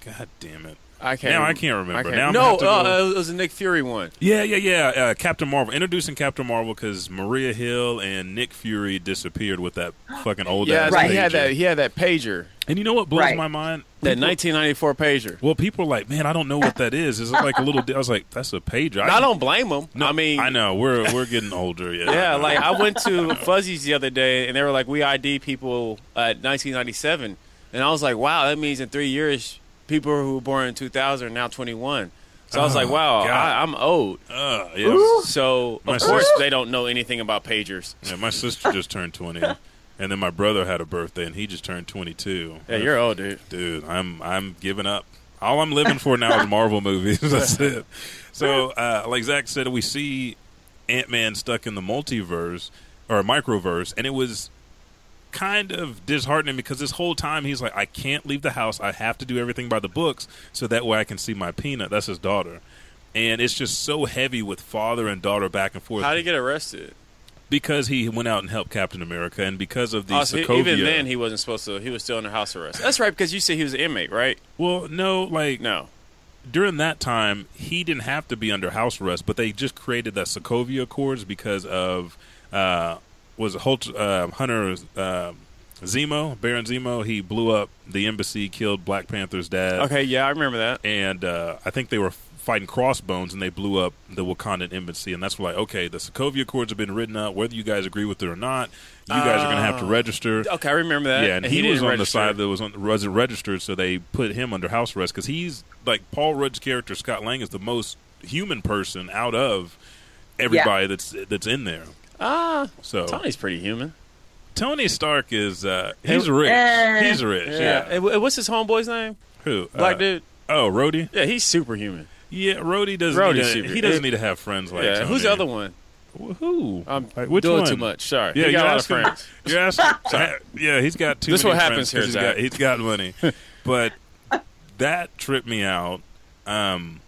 S1: God damn it.
S5: I can't.
S1: Now I can't remember. Now I'm gonna
S5: no,
S1: have to go-
S5: uh, it was a Nick Fury one.
S1: Yeah, yeah, yeah. Uh, Captain Marvel. Introducing Captain Marvel because Maria Hill and Nick Fury disappeared with that fucking old
S5: Yeah,
S1: ass.
S4: Right.
S5: he had
S1: pager.
S5: that. He had that pager.
S1: And you know what blows
S4: Right.
S1: my mind?
S5: That
S1: People-
S5: 1994 pager.
S1: Well, people are like, man, I don't know what that is. It's like a little. I was like, that's a pager.
S5: I don't blame him. I mean,
S1: I know we're we're getting older. Yeah,
S5: *laughs* Yeah,
S1: I know.
S5: like I went
S1: *laughs*
S5: to Fuzzy's the other day, and they were like, "We ID people at 1997," and I was like, "Wow, that means in three years, people who were born in 2000 are now 21." So I was like, "Wow,
S1: Oh, God.
S5: I, I'm old."
S1: Uh, yeah.
S5: So of
S1: My
S5: course
S1: sister-
S5: they don't know anything about pagers.
S1: Yeah, my sister just turned 20, and then my brother had a birthday, and he just turned 22.
S5: Yeah, you're old, dude.
S1: dude. I'm I'm giving up. All I'm living for now is Marvel movies. *laughs* That's it. So, uh, like Zach said, we see Ant Man stuck in the multiverse or microverse, and it was kind of disheartening because this whole time he's like, I can't leave the house. I have to do everything by the books so that way I can see my peanut. That's his daughter. And it's just so heavy with father and daughter back and forth
S5: How did he get arrested?
S1: because he went out and helped Captain America, and because of the
S5: Oh, so he-
S1: Sokovia.
S5: even then, he wasn't supposed to. He was still under house arrest. That's right, because you said he was an inmate, right?
S1: well, no, like
S5: No.
S1: during that time, he didn't have to be under house arrest, but they just created the Sokovia Accords because of uh, was it Holt, uh, Hunter uh, Zemo, Baron Zemo. He blew up the embassy, killed Black Panther's dad,
S5: Okay, yeah, I remember that.
S1: and uh, I think they were fighting crossbones and they blew up the Wakandan embassy. And that's like, okay, the Sokovia Accords have been written out. Whether you guys agree with it or not, you guys are going to have to register.
S5: Uh, Okay, I remember that.
S1: Yeah, and, he, was
S5: didn't
S1: on the
S5: register.
S1: side that was on was registered, so they put him under house arrest because he's like Paul Rudd's character Scott Lang is the most human person out of everybody that's that's in there.
S5: Ah,
S1: So
S5: Tony's pretty human.
S1: Tony Stark is uh, he's rich.
S4: Eh.
S1: he's rich. Yeah.
S5: And wh- what's his homeboy's name?
S1: Who?
S5: Black
S1: Uh,
S5: dude.
S1: Oh, Rhodey.
S5: Yeah, he's superhuman.
S1: Yeah, Rhodey doesn't.
S5: Rhodey's
S1: need to,
S5: super-
S1: he doesn't
S5: it-
S1: need to have friends like.
S5: yeah.
S1: Tony.
S5: Who's the other one?
S1: Wh- Who?
S5: I'm
S1: Like, which
S5: doing
S1: one?
S5: too much. Sorry.
S1: Yeah,
S5: he
S1: you're
S5: got a lot of
S1: asking,
S5: friends.
S1: *laughs* You're
S5: *laughs*
S1: asking. Sorry. yeah, he's got too.
S5: This is
S1: many
S5: what
S1: friends
S5: happens here,
S1: 'cause he's
S5: Zach.
S1: got- He's got
S5: *laughs*
S1: money, but that tripped me out. Um,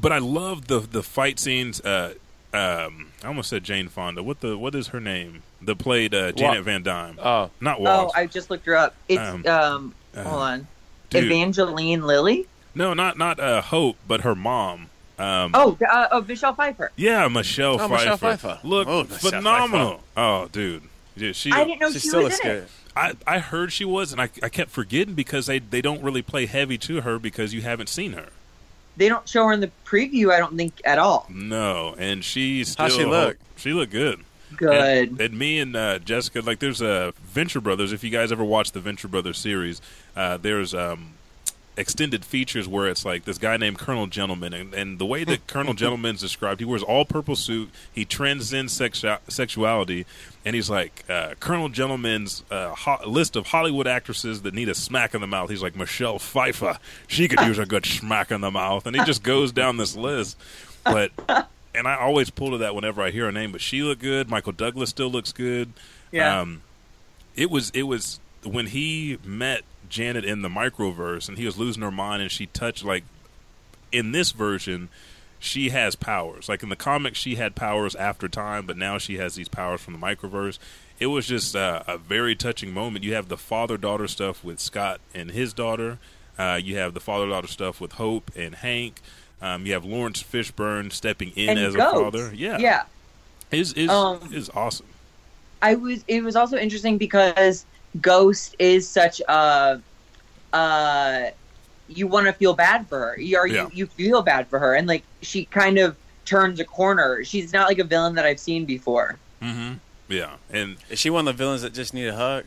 S1: but I love the the fight scenes. Uh, um, I almost said Jane Fonda. What the? What is her name? That played uh, Janet Van Dyne.
S5: Oh,
S1: Not
S4: Oh,
S1: Walsh.
S4: I just looked her up. It's
S1: Um,
S4: um,
S1: uh,
S4: hold on,
S1: dude.
S4: Evangeline Lilly.
S1: no, not not uh, Hope, but her mom. Um,
S4: Oh, uh, oh, Michelle Pfeiffer.
S1: Yeah, Michelle,
S5: Oh,
S1: Pfeiffer.
S5: Michelle Pfeiffer.
S1: Look,
S5: Oh, Michelle
S1: phenomenal. Oh, dude. Yeah, she,
S4: I didn't know
S5: she
S4: she
S5: still
S4: was
S5: looks
S4: in
S5: good.
S4: it.
S1: I, I heard she was, and I, I kept forgetting because they, they don't really play heavy to her because you haven't seen her.
S4: They don't show her in the preview. I don't think at all.
S1: No, and she still.
S5: How'd she look?
S1: She looked good.
S4: Good.
S1: And, and me and uh, Jessica, like, there's uh, Venture Brothers. If you guys ever watched the Venture Brothers series, uh, there's um, extended features where it's like this guy named Colonel Gentleman, and, and the way that Colonel Gentleman's described, he wears all purple suit, he transcends sexu- sexuality, and he's like uh, Colonel Gentleman's uh, ho- list of Hollywood actresses that need a smack in the mouth. He's like Michelle Pfeiffer, she could use a good smack in the mouth, and he just goes down this list, but. And I always pull to that whenever I hear her name, but she looked good. Michael Douglas still looks good.
S4: Yeah.
S1: Um, it was it was when he met Janet in the microverse and he was losing her mind and she touched like in this version she has powers like in the comics she had powers after time but now she has these powers from the microverse it was just uh, a very touching moment you have the father daughter stuff with Scott and his daughter uh, you have the father daughter stuff with Hope and Hank um, you have Lawrence Fishburne stepping in
S4: and
S1: as
S4: goats.
S1: a father yeah
S4: Yeah.
S1: is is
S4: Um,
S1: is awesome
S4: I was. It was also interesting because Ghost is such a. Uh, you want to feel bad for her. You are.
S1: Yeah.
S4: You, you feel bad for her, and like she kind of turns a corner. She's not like a villain that I've seen before.
S1: mm-hmm. yeah and
S5: Is she one of the villains that just need a hug?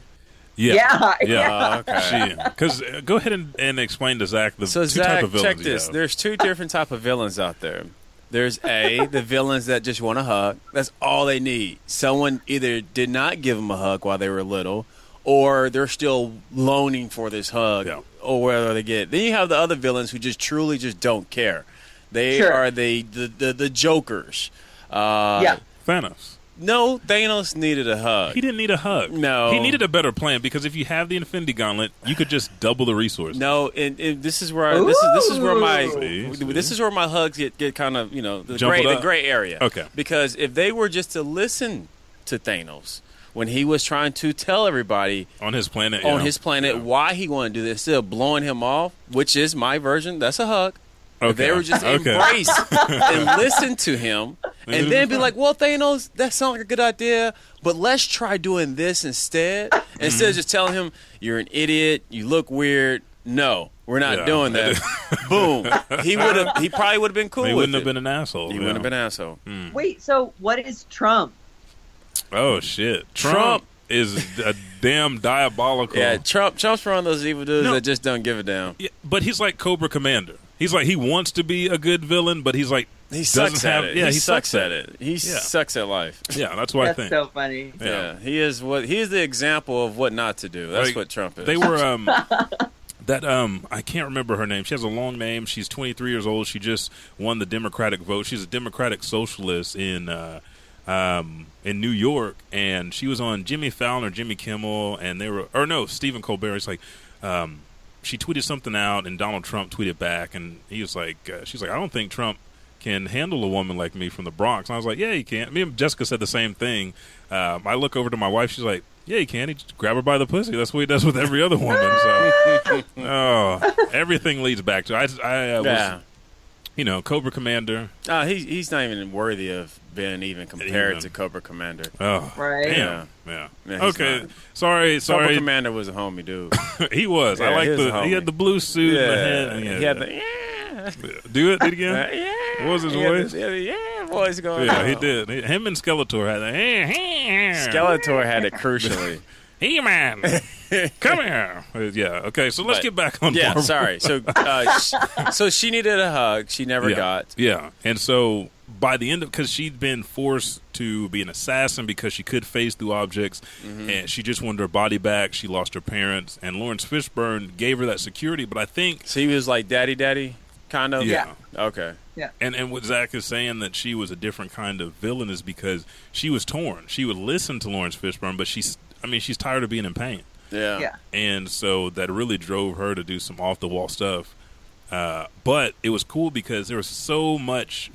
S1: yeah
S4: Yeah.
S1: Yeah,
S5: Oh, okay.
S1: Because uh, go ahead and, and explain to Zach the
S5: so
S1: two
S5: Zach,
S1: type of villains.
S5: check
S1: you
S5: this.
S1: have.
S5: There's two different type of villains out there. There's a the villains that just want a hug. That's all they need. Someone either did not give them a hug while they were little, or they're still loaning for this hug,
S1: Yeah.
S5: or whether they get. Then you have the other villains who just truly just *laughs* don't care. They
S4: Sure.
S5: are the the the, the jokers. Uh,
S4: Yeah.
S1: Thanos.
S5: No, Thanos needed a hug.
S1: He didn't need a hug.
S5: No.
S1: he needed a better plan because if you have the Infinity Gauntlet, you could just double the resource.
S5: No, and, and this is where I, this is this is where my
S1: Ooh. See, see.
S5: this is where my hugs get, get kind of you know the
S1: Jumbled
S5: gray the
S1: up.
S5: gray area.
S1: Okay.
S5: because if they were just to listen to Thanos when he was trying to tell everybody
S1: on his planet.
S5: on
S1: yeah.
S5: his planet
S1: Yeah.
S5: why he wanted to do this, instead of blowing him off, which is my version, that's a hug. If
S1: Okay.
S5: they were just
S1: Okay.
S5: embrace and listen to
S1: *laughs*
S5: him,
S1: it'd
S5: and then
S1: be
S5: be like, "Well, Thanos, that sounds like a good idea, but let's try doing this instead."
S1: Mm-hmm.
S5: Instead of just telling him, "You're an idiot. You look weird." No, we're not
S1: Yeah.
S5: doing that.
S1: *laughs*
S5: Boom. He would have. He probably would have been cool.
S1: He
S5: with
S1: wouldn't have
S5: it.
S1: been Mm-hmm. an asshole.
S5: He
S1: yeah.
S5: wouldn't have been an asshole.
S1: hmm.
S4: Wait. So what is Trump?
S1: Oh shit! Trump,
S5: Trump.
S1: is a damn diabolical.
S5: Yeah, Trump. Trump's one of those evil dudes
S1: No.
S5: that just don't give a damn.
S1: Yeah, but he's like Cobra Commander. He's like he wants to be a good villain, but he's like
S5: He
S1: doesn't
S5: sucks
S1: have,
S5: at it.
S1: Yeah,
S5: he, sucks at it. He
S1: Yeah.
S5: sucks at life.
S1: Yeah, that's what I
S4: That's
S1: think.
S4: so funny.
S1: Yeah.
S5: Yeah. he is what he is the example of what not to do. That's
S1: Like,
S5: what Trump is.
S1: They were um that um I can't remember her name. She has a long name. She's 23 years old. She just won the Democratic vote. She's a Democratic socialist in uh um in New York and she was on Jimmy Fallon or Jimmy Kimmel and they were or no, Stephen Colbert. It's like um she tweeted something out and Donald Trump tweeted back and he was like uh, she's like I don't think Trump can handle a woman like me from the Bronx. And I was like, yeah, he can. Me and Jessica said the same thing. Um, I look over to my wife. She's like, yeah, he can. He just grab her by the pussy. That's what he does with every other woman.
S5: *laughs*
S1: So, oh, everything leads back to. I, I uh,
S5: yeah.
S1: was, you know, Cobra Commander.
S5: Uh, he, he's not even worthy of being even compared
S1: Even.
S5: to Cobra Commander.
S1: Oh,
S4: Right.
S1: damn. Yeah.
S5: Yeah, he's
S1: okay.
S5: not.
S1: Sorry.
S5: Cobra
S1: Sorry.
S5: *laughs* Commander was a homie dude.
S1: *laughs* he was.
S5: Yeah,
S1: I like
S5: he was a
S1: the. He
S5: homie.
S1: had the blue suit. and the head-
S5: He had the yeah,
S1: Do it, did it again?
S5: *laughs* yeah.
S1: What was his
S5: yeah,
S1: voice?
S5: Yeah, yeah, voice going.
S1: Yeah,
S5: on.
S1: he did. He- Him and Skeletor had a
S5: Skeletor had it crucially.
S1: He
S5: *laughs*
S1: Man, come here. Uh, Yeah. Okay. So let's
S5: But-
S1: get back on.
S5: *laughs* yeah,
S1: Marvel.
S5: sorry. So, uh, sh- so she needed a hug. She never
S1: yeah.
S5: got.
S1: Yeah. And so by the end of, because she'd been forced to be an assassin because she could phase through objects,
S5: Mm-hmm.
S1: and she just wanted her body back. She lost her parents, and Lawrence Fishburne gave her that security. But I think,
S5: So he was like, "Daddy, daddy," kind of.
S1: Yeah.
S5: Okay.
S1: and and what Zach is saying that she was a different kind of villain is because she was torn. She would listen to Lawrence Fishburne, but she's, I mean, she's tired of being in pain.
S5: Yeah.
S4: yeah.
S1: and so that really drove her to do some off the wall stuff. Uh, but it was cool because there was so much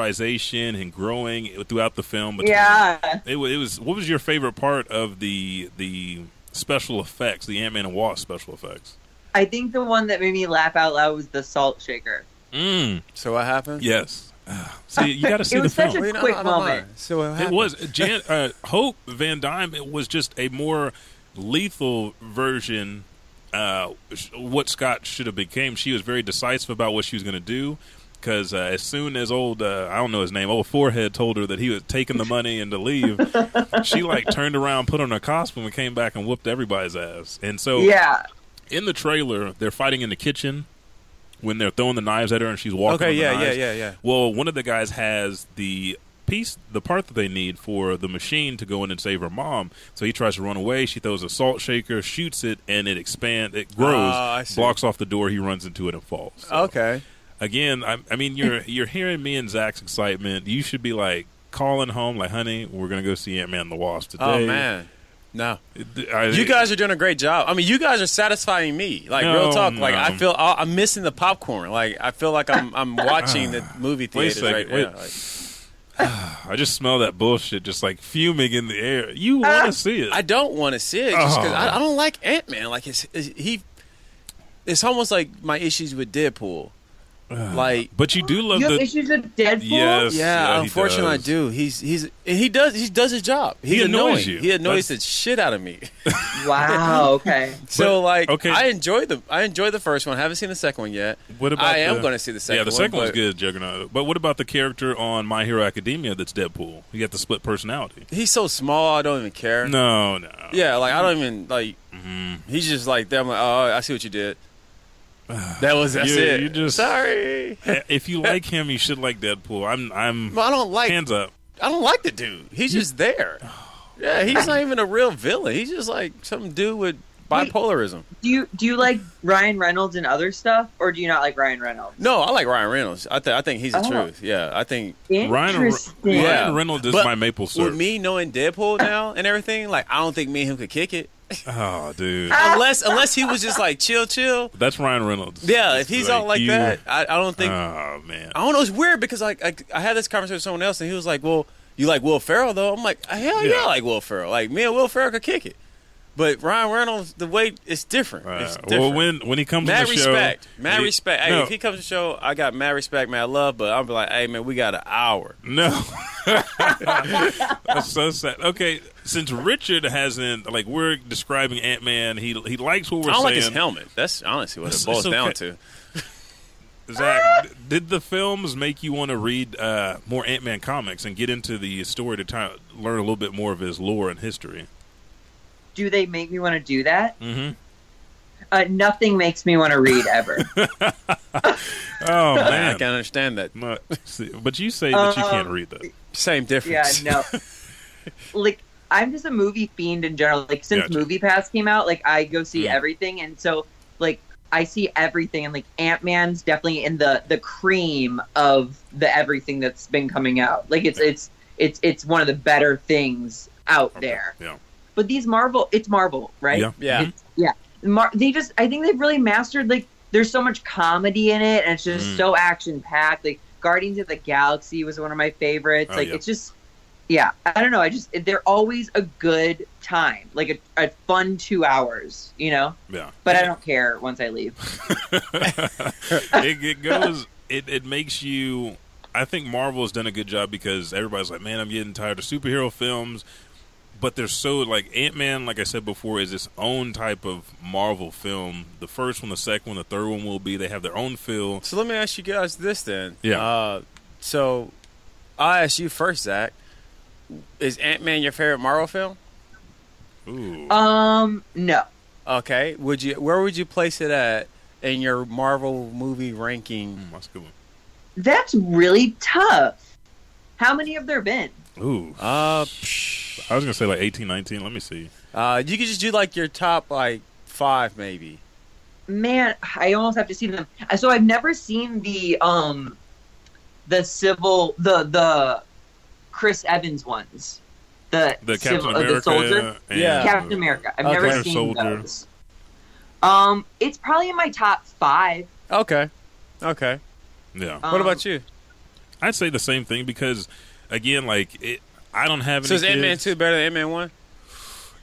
S1: miniaturization and growing throughout the film. between-
S4: Yeah.
S1: it, wa- it was. What was your favorite part of the the special effects, the Ant Man and Wasp special effects?
S4: I think the one that made me laugh out loud was the salt shaker.
S1: Mm.
S5: So what happened?
S1: Yes. Ah, see, you got to see
S4: *laughs* It
S1: the
S4: was such
S1: film.
S4: a quick moment.
S5: So what
S1: It
S5: happened?
S1: was Jan, uh, Hope Van Dyne. It was just a more lethal version. Uh, sh- what Scott should have became. She was very decisive about what she was going to do. Because uh, as soon as old, uh, I don't know his name, old forehead told her that he was taking the money and to leave, she like turned around, put on her costume, and came back and whooped everybody's ass. And so,
S4: Yeah.
S1: in the trailer, they're fighting in the kitchen when they're throwing the knives at her and she's walking.
S5: Okay,
S1: with the
S5: yeah,
S1: knives.
S5: yeah, yeah, yeah.
S1: Well, one of the guys has the piece, the part that they need for the machine to go in and save her mom. So he tries to run away. She throws a salt shaker, shoots it, and it expands. It grows,
S5: Ah, I see. Uh,
S1: blocks off the door. He runs into it and falls. So,
S5: okay.
S1: Again, I, I mean,
S5: *laughs*
S1: you're you're hearing me and Zach's excitement. You should be like calling home, like, honey, we're gonna go see Ant Man and the Wasp today.
S5: Oh man. No.
S1: I-
S5: You guys are doing a great job. I mean, you guys are satisfying me. Like
S1: No,
S5: real talk. Like
S1: no.
S5: I feel I- I'm missing the popcorn. Like I feel like
S1: *laughs*
S5: I'm I'm watching the movie
S1: Wait a
S5: theaters right
S1: second, wait.
S5: now. Like,
S1: I just smell that bullshit just like fuming in the air. You want to see it.
S5: I don't want to see it just 'cause
S1: Oh.
S5: I, I don't like Ant Man. Like it's, it's he. It's almost like my issues with
S1: *sighs*
S5: Deadpool. Like
S1: but you do love
S4: You have
S1: the.
S4: issues with Deadpool?
S1: Yes.
S5: yeah,
S1: he
S5: unfortunately I
S1: does.
S5: do. He's he's and he does he does his job. He's
S1: He annoys
S5: annoying.
S1: you.
S5: He annoys
S1: That's-
S5: the shit out of me.
S1: *laughs*
S4: Wow. Okay.
S5: so like
S1: okay.
S5: I enjoy the I enjoy the first one. haven't seen the second one yet.
S1: What about
S5: I am
S1: the-
S5: going to see the second.
S1: Yeah, the second
S5: one,
S1: one's
S5: but
S1: good, Juggernaut. But what about the character on My Hero Academia that's Deadpool? You got the split personality.
S5: He's so small. I don't even care.
S1: No, Mm-hmm. no.
S5: Yeah, like I don't even like. He's just like that. I'm like, oh, I see what
S1: *sighs*
S5: you did. That was that's
S1: You-
S5: it.
S1: you just-
S5: sorry.
S1: *laughs* if you like him, you should like Deadpool. I'm, I'm.
S5: Well, I don't like
S1: Hands up.
S5: I don't like the dude. He's
S1: *sighs*
S5: just there. Yeah, he's not even a real villain. He's just like some dude with
S4: Wait.
S5: bipolarism.
S4: Do you do you like Ryan Reynolds and other stuff, or do you not like Ryan Reynolds?
S5: No, I like Ryan Reynolds. I, th- I think he's the
S4: Oh.
S5: truth. Yeah, I think.
S1: Ryan,
S4: Interesting.
S5: Yeah.
S1: Ryan Reynolds is
S5: But
S1: my maple syrup.
S5: With me knowing Deadpool now and everything, like I don't think me and him could kick it
S1: oh, dude,
S5: unless unless he was just like chill, chill.
S1: that's Ryan Reynolds.
S5: Yeah, if he's all like
S1: you-
S5: that, I, I don't think.
S1: Oh man,
S5: I don't know. It's weird because like I, I had this conversation with someone else and he was like, "Well, you like Will Ferrell though?" I'm like, "Hell yeah,
S1: Yeah.
S5: I like Will Ferrell. Like me and Will Ferrell could kick it." But Ryan Reynolds, the way it's different.
S1: Uh,
S5: It's different.
S1: well, when when he comes to
S5: Mad
S1: the
S5: respect.
S1: show,
S5: Mad
S1: he-
S5: respect. Hey,
S1: no,
S5: if he comes to the show, I got mad respect, mad love, but I'll be like, hey, man, we got an hour.
S1: No. *laughs* That's so sad. Okay, since Richard hasn't like we're describing Ant Man, he he likes what we're
S5: I don't
S1: saying.
S5: like his helmet. That's honestly what
S1: It's-
S5: it boils
S1: it's okay.
S5: down to.
S1: Zach, d- did the films make you want to read uh, more Ant Man comics and get into the story to try, learn a little bit more of his lore and history?
S4: Do they make me want to do that?
S1: Mhm.
S4: Uh, nothing makes me want to read ever.
S1: *laughs* Oh
S5: Man, I
S1: man.
S5: can understand that.
S1: No, see, but you say that you can't
S4: Um,
S1: read that.
S5: Same
S4: yeah.
S5: difference.
S4: No.
S1: *laughs*
S4: Like I'm just a movie fiend in general. Like since
S1: Gotcha.
S4: Movie Pass came out, like I go see
S1: Mm.
S4: everything, and so like I see everything, and like Ant Man's definitely in the the cream of the everything that's been coming out. Like it's it's it's it's one of the better things out
S1: Okay,
S4: there.
S1: Yeah.
S4: But these Marvel, it's Marvel, right?
S1: Yeah.
S5: Yeah.
S4: It's- yeah. Mar- they just, I think they've really mastered, like, there's so much comedy in it, and it's just
S1: Mm.
S4: so action packed. Like, Guardians of the Galaxy was one of my favorites.
S1: Oh,
S4: like,
S1: yeah.
S4: it's just, yeah, I don't know. I just, they're always a good time, like a, a fun two hours, you know?
S1: Yeah.
S4: But I don't care once I leave.
S1: *laughs* it, it goes. It, it makes you. I think Marvel's done a good job because everybody's like, man, I'm getting tired of superhero films. but they're so like Ant Man, like I said before, is its own type of Marvel film. The first one, the second one, the third one will be. They have their own feel.
S5: So let me ask you guys this then.
S1: Yeah.
S5: Uh, so I ask you first, Zach. Is Ant Man your favorite Marvel film?
S1: Ooh,
S4: Um, no.
S5: Okay. Would you? Where would you place it at in your Marvel movie ranking?
S1: Mm, that's a good one.
S4: That's really tough. How many have there been?
S1: Ooh,
S5: Uh,
S1: I was gonna say like eighteen, nineteen. Let me see.
S5: uh, you could just do like your top like five, maybe.
S4: Man, I almost have to see them. So I've never seen the um the civil the the Chris Evans ones. The
S1: The Captain
S4: civil, uh,
S1: America,
S4: the soldier.
S1: and Uh,
S5: Yeah.
S4: Captain America. I've never
S5: Okay.
S4: seen
S1: Soldier.
S4: those. Um, it's probably in my top five.
S5: Okay. Okay.
S1: Yeah,
S5: what
S4: Um,
S5: about you?
S1: I'd say the same thing because, again, like it, I don't have.
S5: So
S1: any
S5: is Ant Man
S1: kids.
S5: two better than Ant Man one?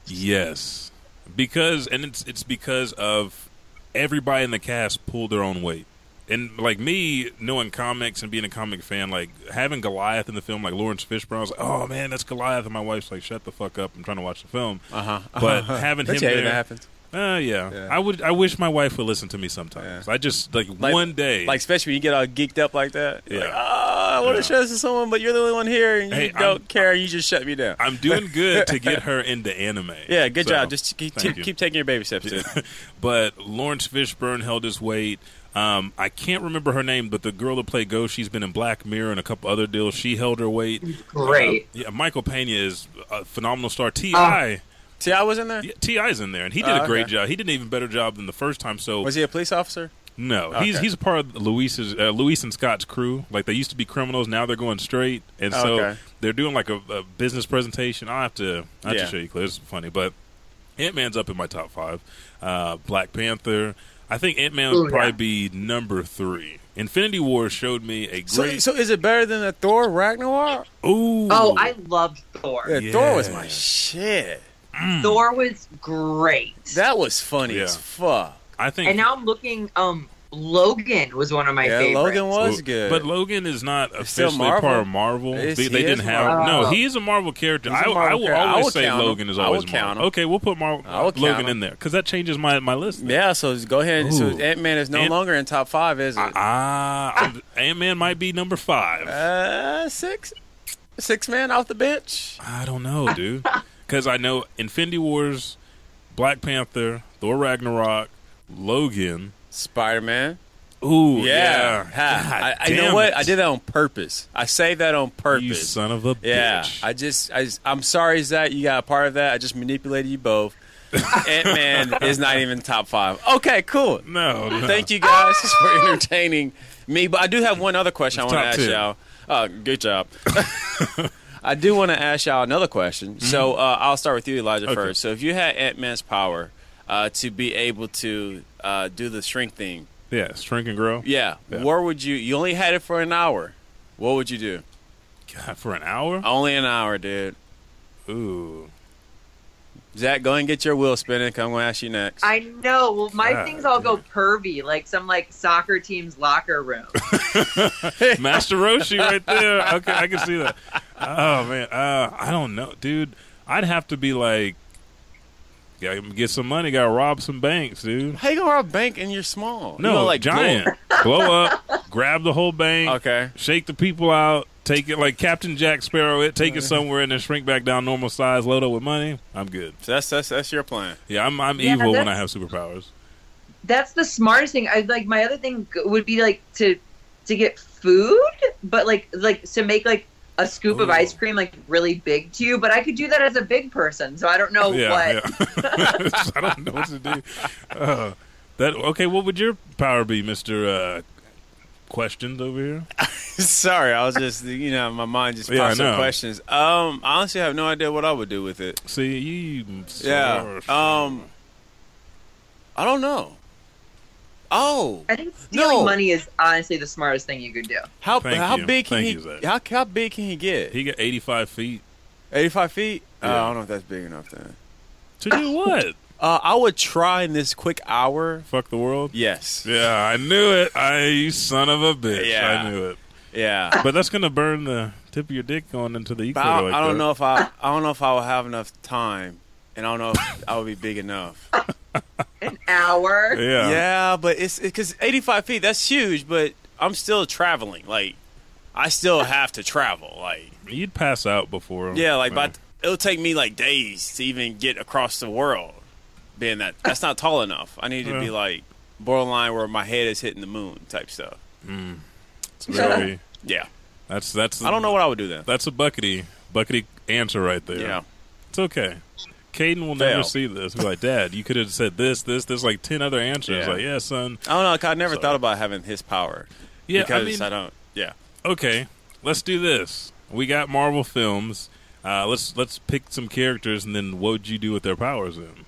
S1: Yes, because and it's it's because of everybody in the cast pulled their own weight, and like me knowing comics and being a comic fan, like having Goliath in the film, like Lawrence Fishburne, I was like, oh man, that's Goliath, and my wife's like, shut the fuck up, I'm trying to watch the film.
S5: Uh huh. *laughs*
S1: But having him
S5: okay,
S1: there,
S5: that happens.
S1: uh, yeah.
S5: Yeah.
S1: I would. I wish my wife would listen to me sometimes. I just like,
S5: Like-
S1: one day,
S5: Like especially when you get all geeked up like that. You're Like,
S1: Yeah.
S5: oh, I want to
S1: Yeah.
S5: show this to someone, but you're the only one here, and you
S1: Hey,
S5: don't
S1: I'm-
S5: care. You just shut me down.
S1: I'm doing good to
S5: *laughs*
S1: get her into anime.
S5: Yeah, good
S1: So,
S5: job. Just keep,
S1: thank
S5: keep,
S1: you.
S5: keep taking your baby steps. *laughs* Dude.
S1: but Lawrence Fishburne held his weight. Um, I can't remember her name, but the girl that played Ghost, she's been in Black Mirror and a couple other deals. She held her weight.
S4: Great.
S1: Uh, yeah, Michael Pena is a phenomenal star. Ti,
S5: See, I was in there.
S1: yeah, Ti's in there, and he did
S5: Oh,
S1: a great
S5: okay.
S1: job. He did an even better job than the first time. So
S5: Was he a police officer?
S1: no, he's
S5: Okay.
S1: he's a part of Luis's uh, Luis and Scott's crew. Like they used to be criminals, now they're going straight, and so
S5: Okay.
S1: they're doing like a, a business presentation. I have to I have
S5: Yeah.
S1: to show you clips. It's funny, but Ant Man's up in my top five. Uh, Black Panther. I think Ant Man
S4: Ooh,
S1: would probably
S4: yeah.
S1: be number three. Infinity War showed me a
S5: So,
S1: great.
S5: so is it better than a Thor Ragnarok?
S1: ooh,
S4: Oh, I loved Thor.
S5: Yeah, Thor was
S1: Yeah.
S5: my shit.
S4: Thor was great.
S5: That was funny
S1: Yeah.
S5: as fuck.
S1: I think
S4: and now I'm looking. Um, Logan was one of my
S5: yeah,
S4: favorites.
S5: Logan was
S1: Lo-
S5: good.
S1: But Logan is not
S5: still
S1: officially
S5: Marvel.
S1: part of Marvel. They,
S5: It's-
S1: they
S5: he
S1: didn't
S5: is Uh,
S1: have.
S4: Marvel.
S1: No, he is a Marvel character.
S5: He's a
S1: I
S5: Marvel
S1: I will
S5: character. I
S1: always
S5: would
S1: say
S5: count him.
S1: Logan is
S5: I
S1: always
S5: would count
S1: Marvel.
S5: him.
S1: Okay, we'll put Mar-
S5: I would count
S1: Logan
S5: him.
S1: in there because that changes my, my list.
S5: yeah, so just go ahead. and So
S1: Ooh.
S5: Ant Man is no
S1: Ant-
S5: longer in top five, is it?
S1: Ah, Ant Man might be number five.
S5: uh, six, six man off the bench.
S1: I don't know,
S5: *laughs*
S1: dude. Because I know Infinity Wars, Black Panther, Thor Ragnarok, Logan.
S5: Spider Man.
S1: Ooh,
S5: Yeah,
S1: yeah.
S5: Ha.
S1: God
S5: I, I, you
S1: damn
S5: know what?
S1: it.
S5: I did that on purpose. I saved that on purpose.
S1: You son of a
S5: Yeah,
S1: bitch.
S5: I just, I just, I'm sorry, Zach. You got a part of that. I just manipulated you both.
S1: *laughs*
S5: Ant Man is not even top five. Okay, cool.
S1: no, no.
S5: Thank
S1: *laughs*
S5: you guys for entertaining me. But I do have one other question
S1: It's
S5: I want
S1: top
S5: to ask
S1: two.
S5: y'all. Uh,
S1: *laughs*
S5: good job. I do want to ask y'all another question. So uh, I'll start with you, Elijah,
S1: Mm-hmm. Okay.
S5: first. So if you had Ant Man's power uh, to be able to uh, do the shrink thing,
S1: Yeah, shrink and grow.
S5: yeah,
S1: Yeah.
S5: where would you? You only had it for an hour. What would you do?
S1: God, for an hour.
S5: Only an hour, dude. Uh,
S1: Ooh.
S5: Zach, go and get your wheel spinning. 'cause I'm going to ask you next.
S4: I know. Well, my
S1: God,
S4: things all go pervy, like some like soccer team's locker room.
S1: Master Roshi right there. Okay, I can see that. Oh man, uh, I don't know, dude. I'd have to be like, gotta get some money, gotta rob some banks, dude.
S5: How you gonna rob a bank and you're small? You
S1: No,
S5: gonna,
S1: like giant, blow up, grab the whole bank,
S5: blow- Okay.
S1: shake the people out, take it like Captain Jack Sparrow, it take it somewhere and then shrink back down normal size, load up with money. I'm good.
S5: So that's that's that's your plan.
S1: Yeah, I'm I'm
S4: Yeah,
S1: evil when I have
S4: that's-
S1: superpowers.
S4: That's the smartest thing. I like. My other thing g- would be like to to get food, but like like to make like a scoop of
S1: Ooh.
S4: ice cream like really big to you. But I could do that as a big person, so I don't know what.
S1: yeah. *laughs* I don't know what to do. Uh, that okay? What would your power be, Mister? Uh, questions over here.
S5: *laughs* Sorry, I was just you know my mind just
S1: Yeah, I
S5: pops
S1: know.
S5: up questions. Um, I honestly have no idea what I would do with it.
S1: See you.
S5: Yeah. Um, I don't know. Oh,
S4: I think stealing
S5: No.
S4: money is honestly the smartest thing you could do.
S5: how
S1: Thank
S5: how
S1: you.
S5: big can
S1: Thank
S5: he
S1: you, Zach.
S5: how how big can he get?
S1: he got eighty-five feet
S5: Eighty five feet. Uh,
S1: Yeah.
S5: I don't know if that's big enough then.
S1: to do what?
S5: Uh, I would try in this quick hour.
S1: Fuck the world.
S5: Yes.
S1: Yeah, I knew it. I you son of a bitch.
S5: Yeah.
S1: I knew it.
S5: Yeah. *laughs*
S1: But that's gonna burn the tip of your dick on into the
S5: But
S1: equator.
S5: I,
S1: like
S5: I don't
S1: that.
S5: know if I I don't know if I will have enough time, and I don't know if I will be big enough.
S4: An hour.
S1: Yeah.
S5: *laughs* Yeah, but it's because 85 feet that's huge, but I'm still traveling. Like I still have to travel. Like
S1: You'd pass out before.
S5: yeah, like
S1: by
S5: by, it'll take me like days to even get across the world. Being that that's not tall enough. I need to be
S1: Yeah.
S5: like borderline where my head is hitting the moon type stuff.
S1: it's very.
S5: Yeah,
S1: That's that's.
S5: I don't know what I would do then.
S1: That's a buckety buckety answer right there.
S5: Yeah.
S1: It's okay. Caden will
S5: Fail.
S1: never see this. He's like, Dad, you could have said this, this, this, like ten other answers.
S5: Yeah.
S1: Like, yeah, son.
S5: I don't know. 'cause I never thought about having his power.
S1: Yeah, I
S5: because I,
S1: mean-
S5: don't. Yeah,
S1: Okay, let's do this. We got Marvel films. Uh, let's let's pick some characters and then what would you do with their powers then?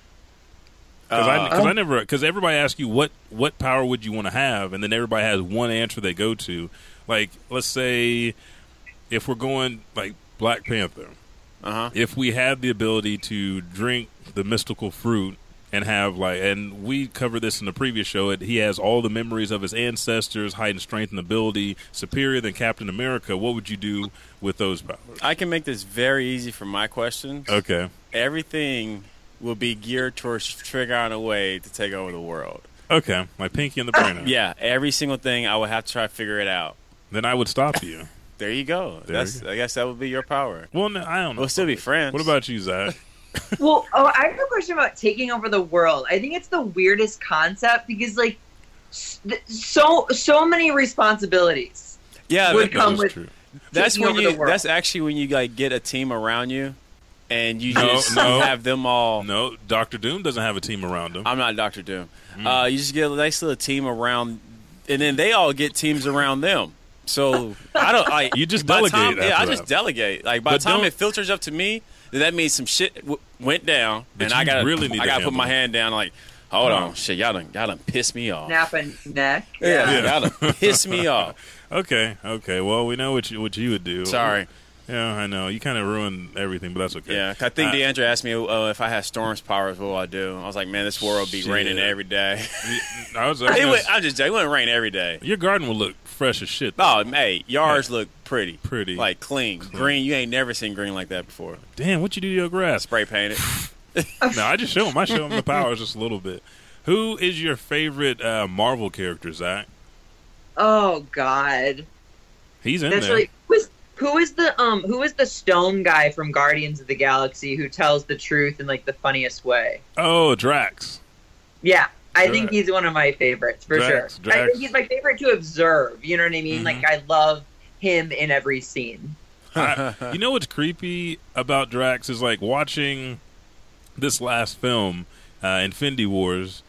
S1: Because I,
S5: Uh,
S1: cause I never because everybody asks you what what power would you want to have and then everybody has one answer they go to. Like let's say if we're going like Black Panther,
S5: Uh-huh.
S1: if we had the ability to drink the mystical fruit and have like, and we covered this in the previous show. It, he has all the memories of his ancestors, height and strength and ability, superior than Captain America. What would you do with those powers?
S5: I can make this very easy for my question.
S1: Okay,
S5: Everything will be geared towards figuring a way to take over the world.
S1: okay, like Pinky and the Brain.
S5: Yeah, every single thing I would have to try to figure it out.
S1: Then I would stop you.
S5: There you go.
S1: There
S5: That's.
S1: you
S5: I guess that would be your power.
S1: Well, no, I don't know.
S5: We'll still be friends.
S1: What about you, *laughs* Zach?
S4: Well, oh, I have a question about taking over the world. I think it's the weirdest concept because, like, s- th- so so many responsibilities.
S5: Yeah,
S4: Would
S5: but
S4: come
S1: is
S4: with-
S1: true.
S5: that's
S4: taking
S5: when
S4: over the
S5: you.
S4: world.
S5: That's actually when you like get a team around you, and you
S1: No,
S5: just
S1: no.
S5: have them all.
S1: No, Doctor Doom doesn't have a team around him.
S5: I'm not Doctor Doom.
S1: Mm.
S5: Uh, you just get a nice little team around, and then they all get teams around them. So I don't. I,
S1: *laughs* You just
S5: by the
S1: delegate
S5: Time, yeah, I
S1: after
S5: just
S1: that.
S5: delegate. Like by
S1: But
S5: the time
S1: don't-
S5: it filters up to me, then that means some shit w- went down,
S1: That
S5: and I
S1: you
S5: got
S1: really need
S5: I
S1: to
S5: got to put
S1: handle. Mm.
S5: my hand down. Like, hold
S1: Come
S5: on, shit, y'all done, y'all done piss me off.
S4: Nap and neck.
S5: Yeah,
S1: Yeah.
S5: y'all
S1: *laughs*
S5: done piss me off.
S1: Okay, okay. Well, we know what you what you would do.
S5: Sorry.
S1: Yeah, I know. You kind of ruined everything, but that's okay.
S5: Yeah, 'cause I think
S1: Uh,
S5: Deandra asked me uh, if I had storm's powers, what would I do? I was like, man, this world be
S1: Shit.
S5: raining every
S1: I
S5: day. *laughs*
S1: was, I was
S5: it
S1: gonna
S5: would,
S1: s-
S5: I'm just joking. It wouldn't rain every day.
S1: your garden will look fresh as shit.
S5: Oh, hey, yards look pretty.
S1: Pretty.
S5: Like clean. Green. You ain't never seen green like that before.
S1: Damn, what you do to
S4: *laughs*
S1: your grass?
S5: Spray painted.
S1: no, I just show him. I show him the powers just a little bit. Who is your favorite uh, Marvel character, Zach?
S4: Oh God,
S1: He's in
S4: that's
S1: there.
S4: really who is, who is the um who is the stone guy from Guardians of the Galaxy who tells the truth in like the funniest way?
S1: Oh, Drax.
S4: Yeah, I
S1: Drax.
S4: think he's one of my favorites for
S1: Drax,
S4: sure. I
S1: Drax.
S4: think he's my favorite to observe. You know what I mean? Like I love him in every scene.
S1: I- you know what's creepy about Drax is like watching this last film, uh, Infinity Wars.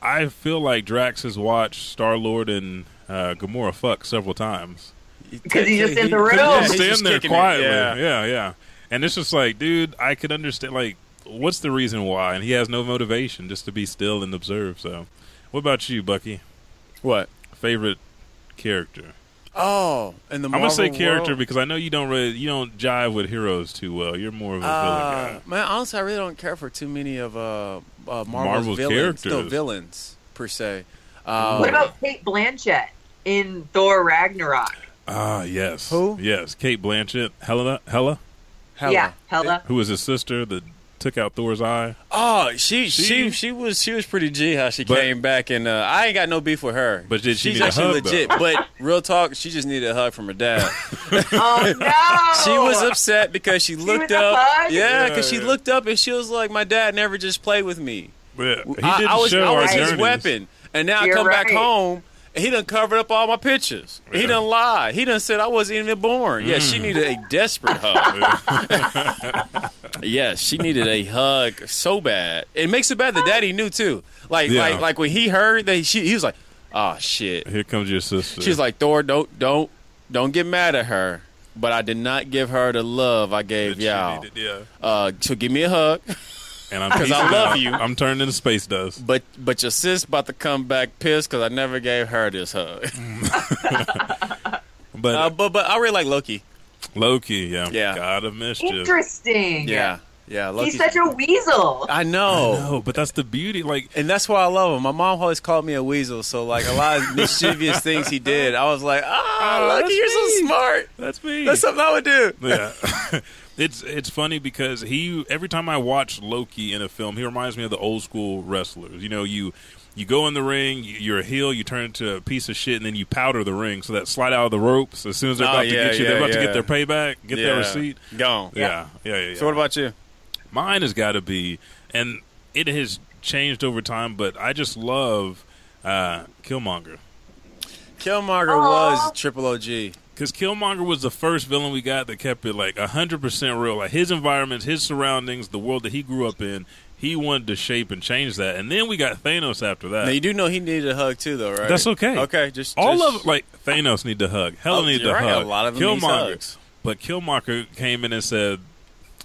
S1: I feel like Drax has watched Star Lord and uh, Gamora fuck several times.
S4: Because he's just in the room.
S1: Yeah,
S4: he's
S1: stand
S5: just
S1: there
S5: kicking it.
S1: quietly.
S5: Yeah.
S1: Yeah. yeah, And it's just like, dude, I could understand. Like, what's the reason why? And he has no motivation just to be still and observe. So, what about you, Bucky?
S5: What?
S1: Favorite character?
S5: Oh, in the
S1: I'm gonna
S5: Marvel
S1: say character
S5: world.
S1: because I know you don't really you don't jive with heroes too well. You're more of a
S5: Uh,
S1: villain guy.
S5: man, honestly, I really don't care for too many of uh, uh Marvel's
S1: Marvel
S5: villains. No
S1: characters.
S5: villains per se. Uh,
S4: What about Kate Blanchett in Thor Ragnarok?
S1: Ah, yes.
S5: Who?
S1: Yes, Kate Blanchett, Hela, Hela,
S5: Hela?
S4: Yeah, Hella.
S1: who was his sister that took out Thor's eye.
S5: Oh, she, she
S1: She-
S5: she was she was pretty G how she
S1: But-
S5: came back and uh, I ain't got no beef with her.
S1: But did she
S5: she's
S1: need a
S5: actually
S1: hug, though?
S5: legit. But real talk, she just needed a hug from her dad.
S4: Oh no!
S5: She was upset because she looked
S4: was
S5: up.
S4: upset?
S5: Yeah,
S1: Yeah,
S5: because she
S1: yeah.
S5: looked up and she was like, "My dad never just played with me.
S1: Yeah, he didn't
S5: I, I was,
S1: show
S5: I
S1: our
S5: was his
S1: journeys.
S5: weapon, and now
S4: You're
S5: I come back
S4: right.
S5: home." And he done covered up all my pictures. He
S1: Yeah. Mm.
S5: done lied. He done said I wasn't even born. Yeah, she needed a desperate hug. *laughs* yes, she needed a hug so bad. It makes it bad that daddy knew too. Like
S1: Yeah.
S5: like like when he heard that she he was like, "Oh shit."
S1: Here comes your sister.
S5: She's like, Thor, don't don't don't get mad at her. But I did not give her the love I gave
S1: She
S5: y'all.
S1: needed- yeah.
S5: Uh, so give me a hug.
S1: And I'm
S5: *laughs* 'Cause I
S1: peacing
S5: love
S1: out.
S5: you.
S1: I'm turned into space dust.
S5: But but your sis about to come back pissed because I never gave her this *laughs* hug.
S1: But
S5: Uh, but but I really like Loki.
S1: Loki, yeah,
S5: Yeah.
S1: God of Mischief.
S4: Interesting.
S5: Yeah. Yeah,
S4: He's
S5: Loki's.
S4: such a weasel.
S5: I know.
S1: No, but that's the beauty. Like,
S5: And that's why I love him. My mom always called me a weasel, so like a lot of mischievous things he did, I was like, "Ah,
S1: Oh,
S5: Lucky,
S1: that's
S5: you're so
S1: me.
S5: smart.
S1: that's me.
S5: *laughs* That's something I would do."
S1: yeah. *laughs* it's it's funny because he every time I watch Loki in a film, he reminds me of the old school wrestlers. You know, you you go in the ring, you- you're a heel, you turn into a piece of shit, and then you powder the ring so that slide out of the ropes as soon as they're
S5: Oh,
S1: about to
S5: yeah,
S1: get you,
S5: yeah,
S1: they're about
S5: yeah.
S1: to get their payback, get their
S5: Yeah.
S1: receipt.
S5: Gone.
S1: Yeah, yeah, yeah. yeah.
S5: So what about you?
S1: Mine has got to be, and it has changed over time, but I just love uh, Killmonger.
S5: Killmonger was triple OG.
S1: Because Killmonger was the first villain we got that kept it like 100% real. Like his environments, his surroundings, the world that he grew up in, he wanted to shape and change that. And then we got Thanos after that.
S5: Now you do know he needed a hug too, though, right?
S1: That's okay.
S5: Okay, just
S1: All
S5: just,
S1: of like Thanos need to hug. Hell
S5: Oh,
S1: need
S5: you're
S1: to
S5: right.
S1: hug.
S5: A lot of them needs
S1: Killmonger.
S5: hugs.
S1: But Killmonger came in and said,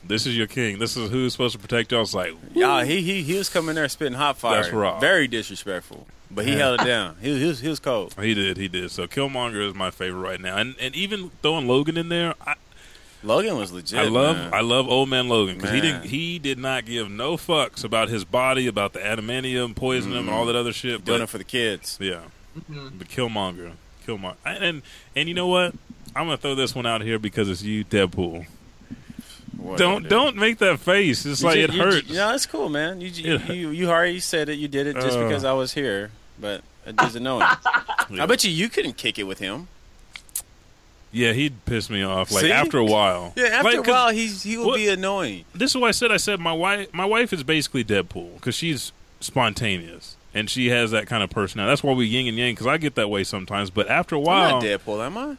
S1: This is your king. This is who's supposed to protect you. I was like,
S5: Yeah, he he he was coming there spitting hot fire.
S1: That's raw.
S5: Very disrespectful, but he held it down. He was he was, he was cold.
S1: He did, he did. So Killmonger is my favorite right now, and and even throwing Logan in there, I,
S5: Logan was legit.
S1: I love
S5: man.
S1: I love Old Man Logan because he
S5: Man.
S1: didn't he did not give no fucks about his body, about the adamantium, poisoning him, and
S5: Mm-hmm.
S1: all that other shit.
S5: doing
S1: But
S5: it for the kids.
S1: yeah, but Killmonger, Killmonger, and, and and you know what? I'm gonna throw this one out here because it's you, Deadpool.
S5: What
S1: Don't
S5: do?
S1: don't make that face. It's like
S5: You
S1: it
S5: ju- you
S1: hurts.
S5: ju- no, it's cool, man. You ju-
S1: Yeah.
S5: you you already said it. You did it just
S1: Uh.
S5: because I was here, but it doesn't know. I
S1: Yeah.
S5: bet you you couldn't kick it with him.
S1: Yeah, he'd piss me off. Like
S5: See?
S1: after a while.
S5: Yeah, after
S1: Like,
S5: a
S1: 'cause
S5: while, he's he would
S1: what-
S5: be annoying.
S1: this is why I said I said my wife my wife is basically Deadpool because she's spontaneous and she has that kind of personality. That's why we yin and yang because I get that way sometimes. But after a
S5: I'm
S1: while,
S5: not Deadpool, am I?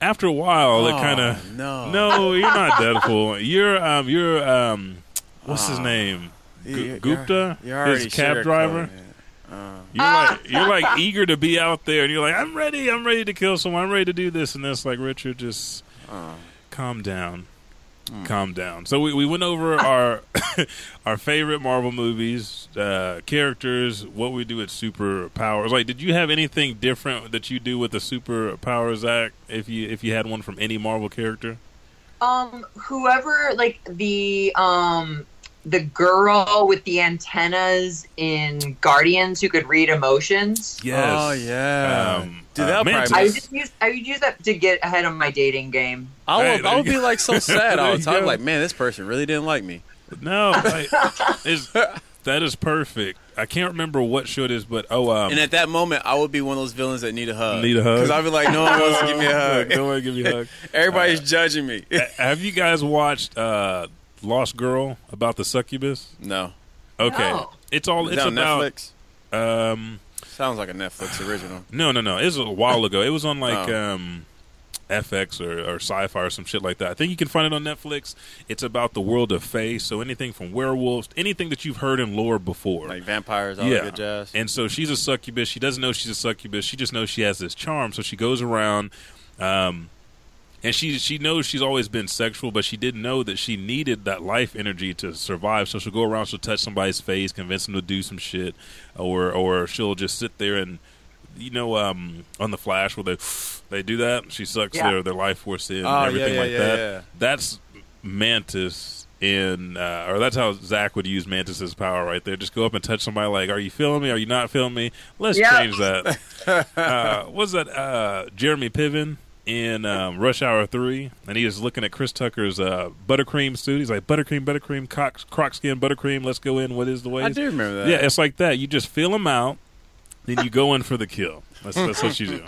S1: after a while, it
S5: Oh,
S1: kind of
S5: no.
S1: no, you're not Deadpool. You're um, you're um, what's his name? Gu-
S5: You- Ah. you're-
S1: Gupta,
S5: you're already
S1: his cab
S5: sugarcoating
S1: driver.
S5: *laughs* it.
S1: You're
S5: *laughs*
S1: like you're like eager to be out there, and you're like, I'm ready, I'm ready to kill someone, I'm ready to do this and this. Like Richard, just calm down,
S5: Mm.
S1: calm down. So we, we went
S5: *laughs*
S1: over our *laughs* our favorite Marvel movies, uh, characters, what we do with superpowers. Like, did you have anything different that you do with the superpowers act? If you if you had one from any Marvel character,
S4: Um, whoever like the um the girl with the antennas in Guardians who could read emotions.
S1: yes,
S5: Oh yeah.
S1: Um,
S5: Dude,
S1: uh,
S5: that'll probably
S1: Mantis.
S4: I
S5: make-
S4: would just use I would use that to get ahead on my dating game.
S5: I
S1: Hey,
S5: would,
S1: there
S5: I
S1: you
S5: would be
S1: go. *laughs*
S5: like so sad all
S1: There
S5: the
S1: you
S5: time.
S1: go.
S5: Like, man, this person really didn't like me. *laughs*
S1: no, like, it's, that is perfect. I can't remember what show it is, but oh, um,
S5: And at that moment, I would be one of those villains that need a hug.
S1: Need a hug?
S5: Because I'd be like, no one wants to give me a
S1: Yeah,
S5: *laughs*
S1: *laughs*
S5: hug.
S1: Don't worry, give me a hug.
S5: Everybody's judging me.
S1: Have you guys watched uh, Lost Girl about the succubus?
S5: no.
S1: Okay,
S4: No.
S1: it's all
S5: Is
S1: it's
S5: that on
S1: about.
S5: Netflix?
S1: Um,
S5: Sounds like
S1: *sighs*
S5: a Netflix original.
S1: no, no, no. It was a while ago. It was on like
S5: Oh.
S1: um, FX or, or Sci-Fi or some shit like that. I think you can find it on Netflix. It's about the world of Fae, so anything from werewolves, anything that you've heard in lore before.
S5: Like vampires, all that good jazz.
S1: And so she's a succubus. She doesn't know she's a succubus. She just knows she has this charm. So she goes around, um, and she she knows she's always been sexual, but she didn't know that she needed that life energy to survive. So she'll go around, she'll touch somebody's face, convince them to do some shit, or or she'll just sit there and you know um, on the Flash where they they do that. She sucks
S4: Yeah.
S1: their their life force in
S5: Oh, yeah,
S1: and everything
S5: yeah,
S1: like
S5: yeah,
S1: that.
S5: yeah.
S1: That's Mantis in, uh, or that's how Zach would use Mantis's power right there. Just go up and touch somebody. Like, are you feeling me? Are you not feeling me? Let's
S4: Yeah.
S1: change
S5: *laughs*
S1: that. uh, what's that? Uh, Jeremy Piven in um, Rush Hour Three, and he is looking at Chris Tucker's uh, buttercream suit. He's like, buttercream, buttercream, croc, croc skin, buttercream. Let's go in. What is the way?
S5: I do remember that.
S1: Yeah, it's like that. You just feel them out, then you go in for the kill. That's, that's what you do.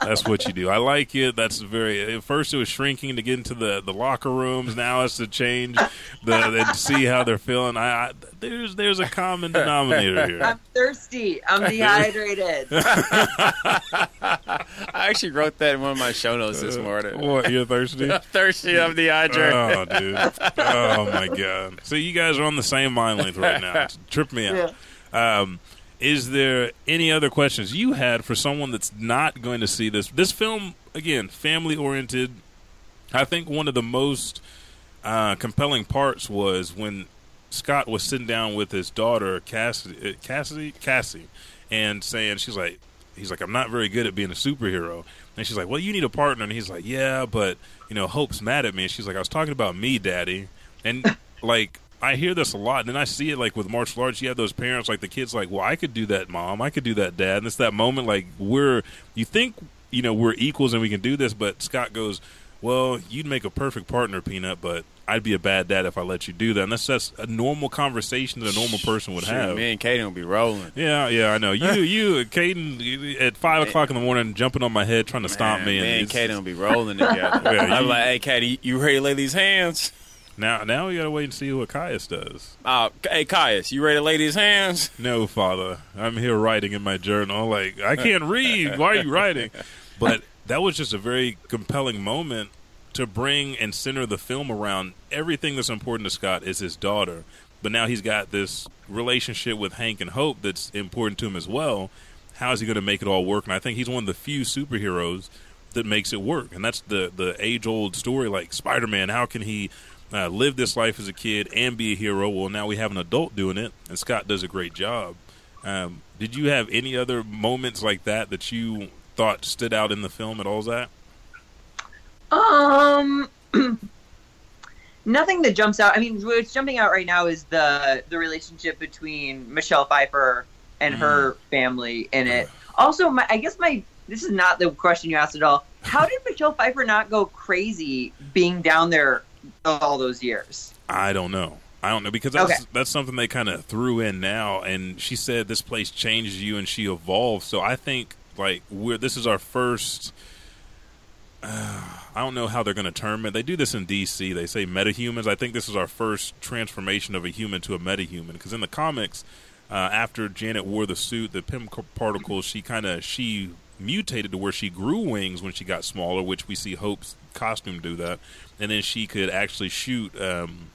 S1: That's what you do. I like it. That's very. At first, it was shrinking to get into the, the locker rooms. Now it's to change the and see how they're feeling. I, I there's there's a common denominator here.
S4: I'm thirsty. I'm dehydrated.
S5: I actually wrote that in one of my show notes this morning.
S1: Uh, What you're thirsty?
S5: Thirsty, *laughs* I'm dehydrated.
S1: Oh, dude. Oh my god. So you guys are on the same mind length right now. It's- Trip me out. Um, is there any other questions you had for someone that's not going to see this? This film again, family oriented. I think one of the most uh, compelling parts was when Scott was sitting down with his daughter Cassidy, uh, Cassidy, Cassie, and saying she's like, he's like, I'm not very good at being a superhero, and she's like, well, you need a partner, and he's like, yeah, but you know, Hope's mad at me, and she's like, I was talking about me, Daddy, And *laughs* like I hear this a lot, and then I see it like with martial arts. You have those parents, like the kids, like, well, I could do that, mom. I could do that, dad. And it's that moment, like we're you think you know we're equals and we can do this, but Scott goes, well, you'd make a perfect partner, Peanut, but I'd be a bad dad if I let you do that. And that's just a normal conversation that a normal person would
S5: Shoot,
S1: have.
S5: Me and Kaden will be rolling.
S1: Yeah, yeah, I know. You, you, Caden, you- at five o'clock in the morning, jumping on my head, trying to stop
S5: Man,
S1: me.
S5: Me and
S1: it's-
S5: Kaden will be rolling together.
S1: *laughs* Yeah,
S5: I'm
S1: you-
S5: like, hey, Katie, you ready to lay these hands?
S1: Now, now we gotta wait and see what Caius does.
S5: Uh, hey, Caius, you ready to lay these hands?
S1: No, father, I'm here writing in my journal. Like I can't read. Why are you writing? But that was just a very compelling moment to bring and center the film around everything that's important to Scott is his daughter. But now he's got this relationship with Hank and Hope that's important to him as well. How is he going to make it all work? And I think he's one of the few superheroes that makes it work. And that's the the age old story, like Spider Man. How can he uh, live this life as a kid and be a hero? Well, now we have an adult doing it, and Scott does a great job. Um, did you have any other moments like that that you thought stood out in the film at all, Zach?
S4: Um, *clears throat* nothing that jumps out. I mean, what's jumping out right now is the the relationship between Michelle Pfeiffer and
S1: Mm.
S4: her family in it. Also, my I guess my this is not the question you asked at all. How did Michelle Pfeiffer not go crazy being down there all those years?
S1: I don't know. I don't know because that's
S4: Okay.
S1: that's something they kind of threw in now, and she said this place changes you and she evolves. So I think like we're this is our first. Uh, I don't know how they're going to term it. They do this in DC. They say metahumans. I think this is our first transformation of a human to a metahuman because in the comics, uh, after Janet wore the suit, the Pym c- particles, she kind of she mutated to where she grew wings when she got smaller, which we see Hope's costume do that, and then she could actually shoot. Um,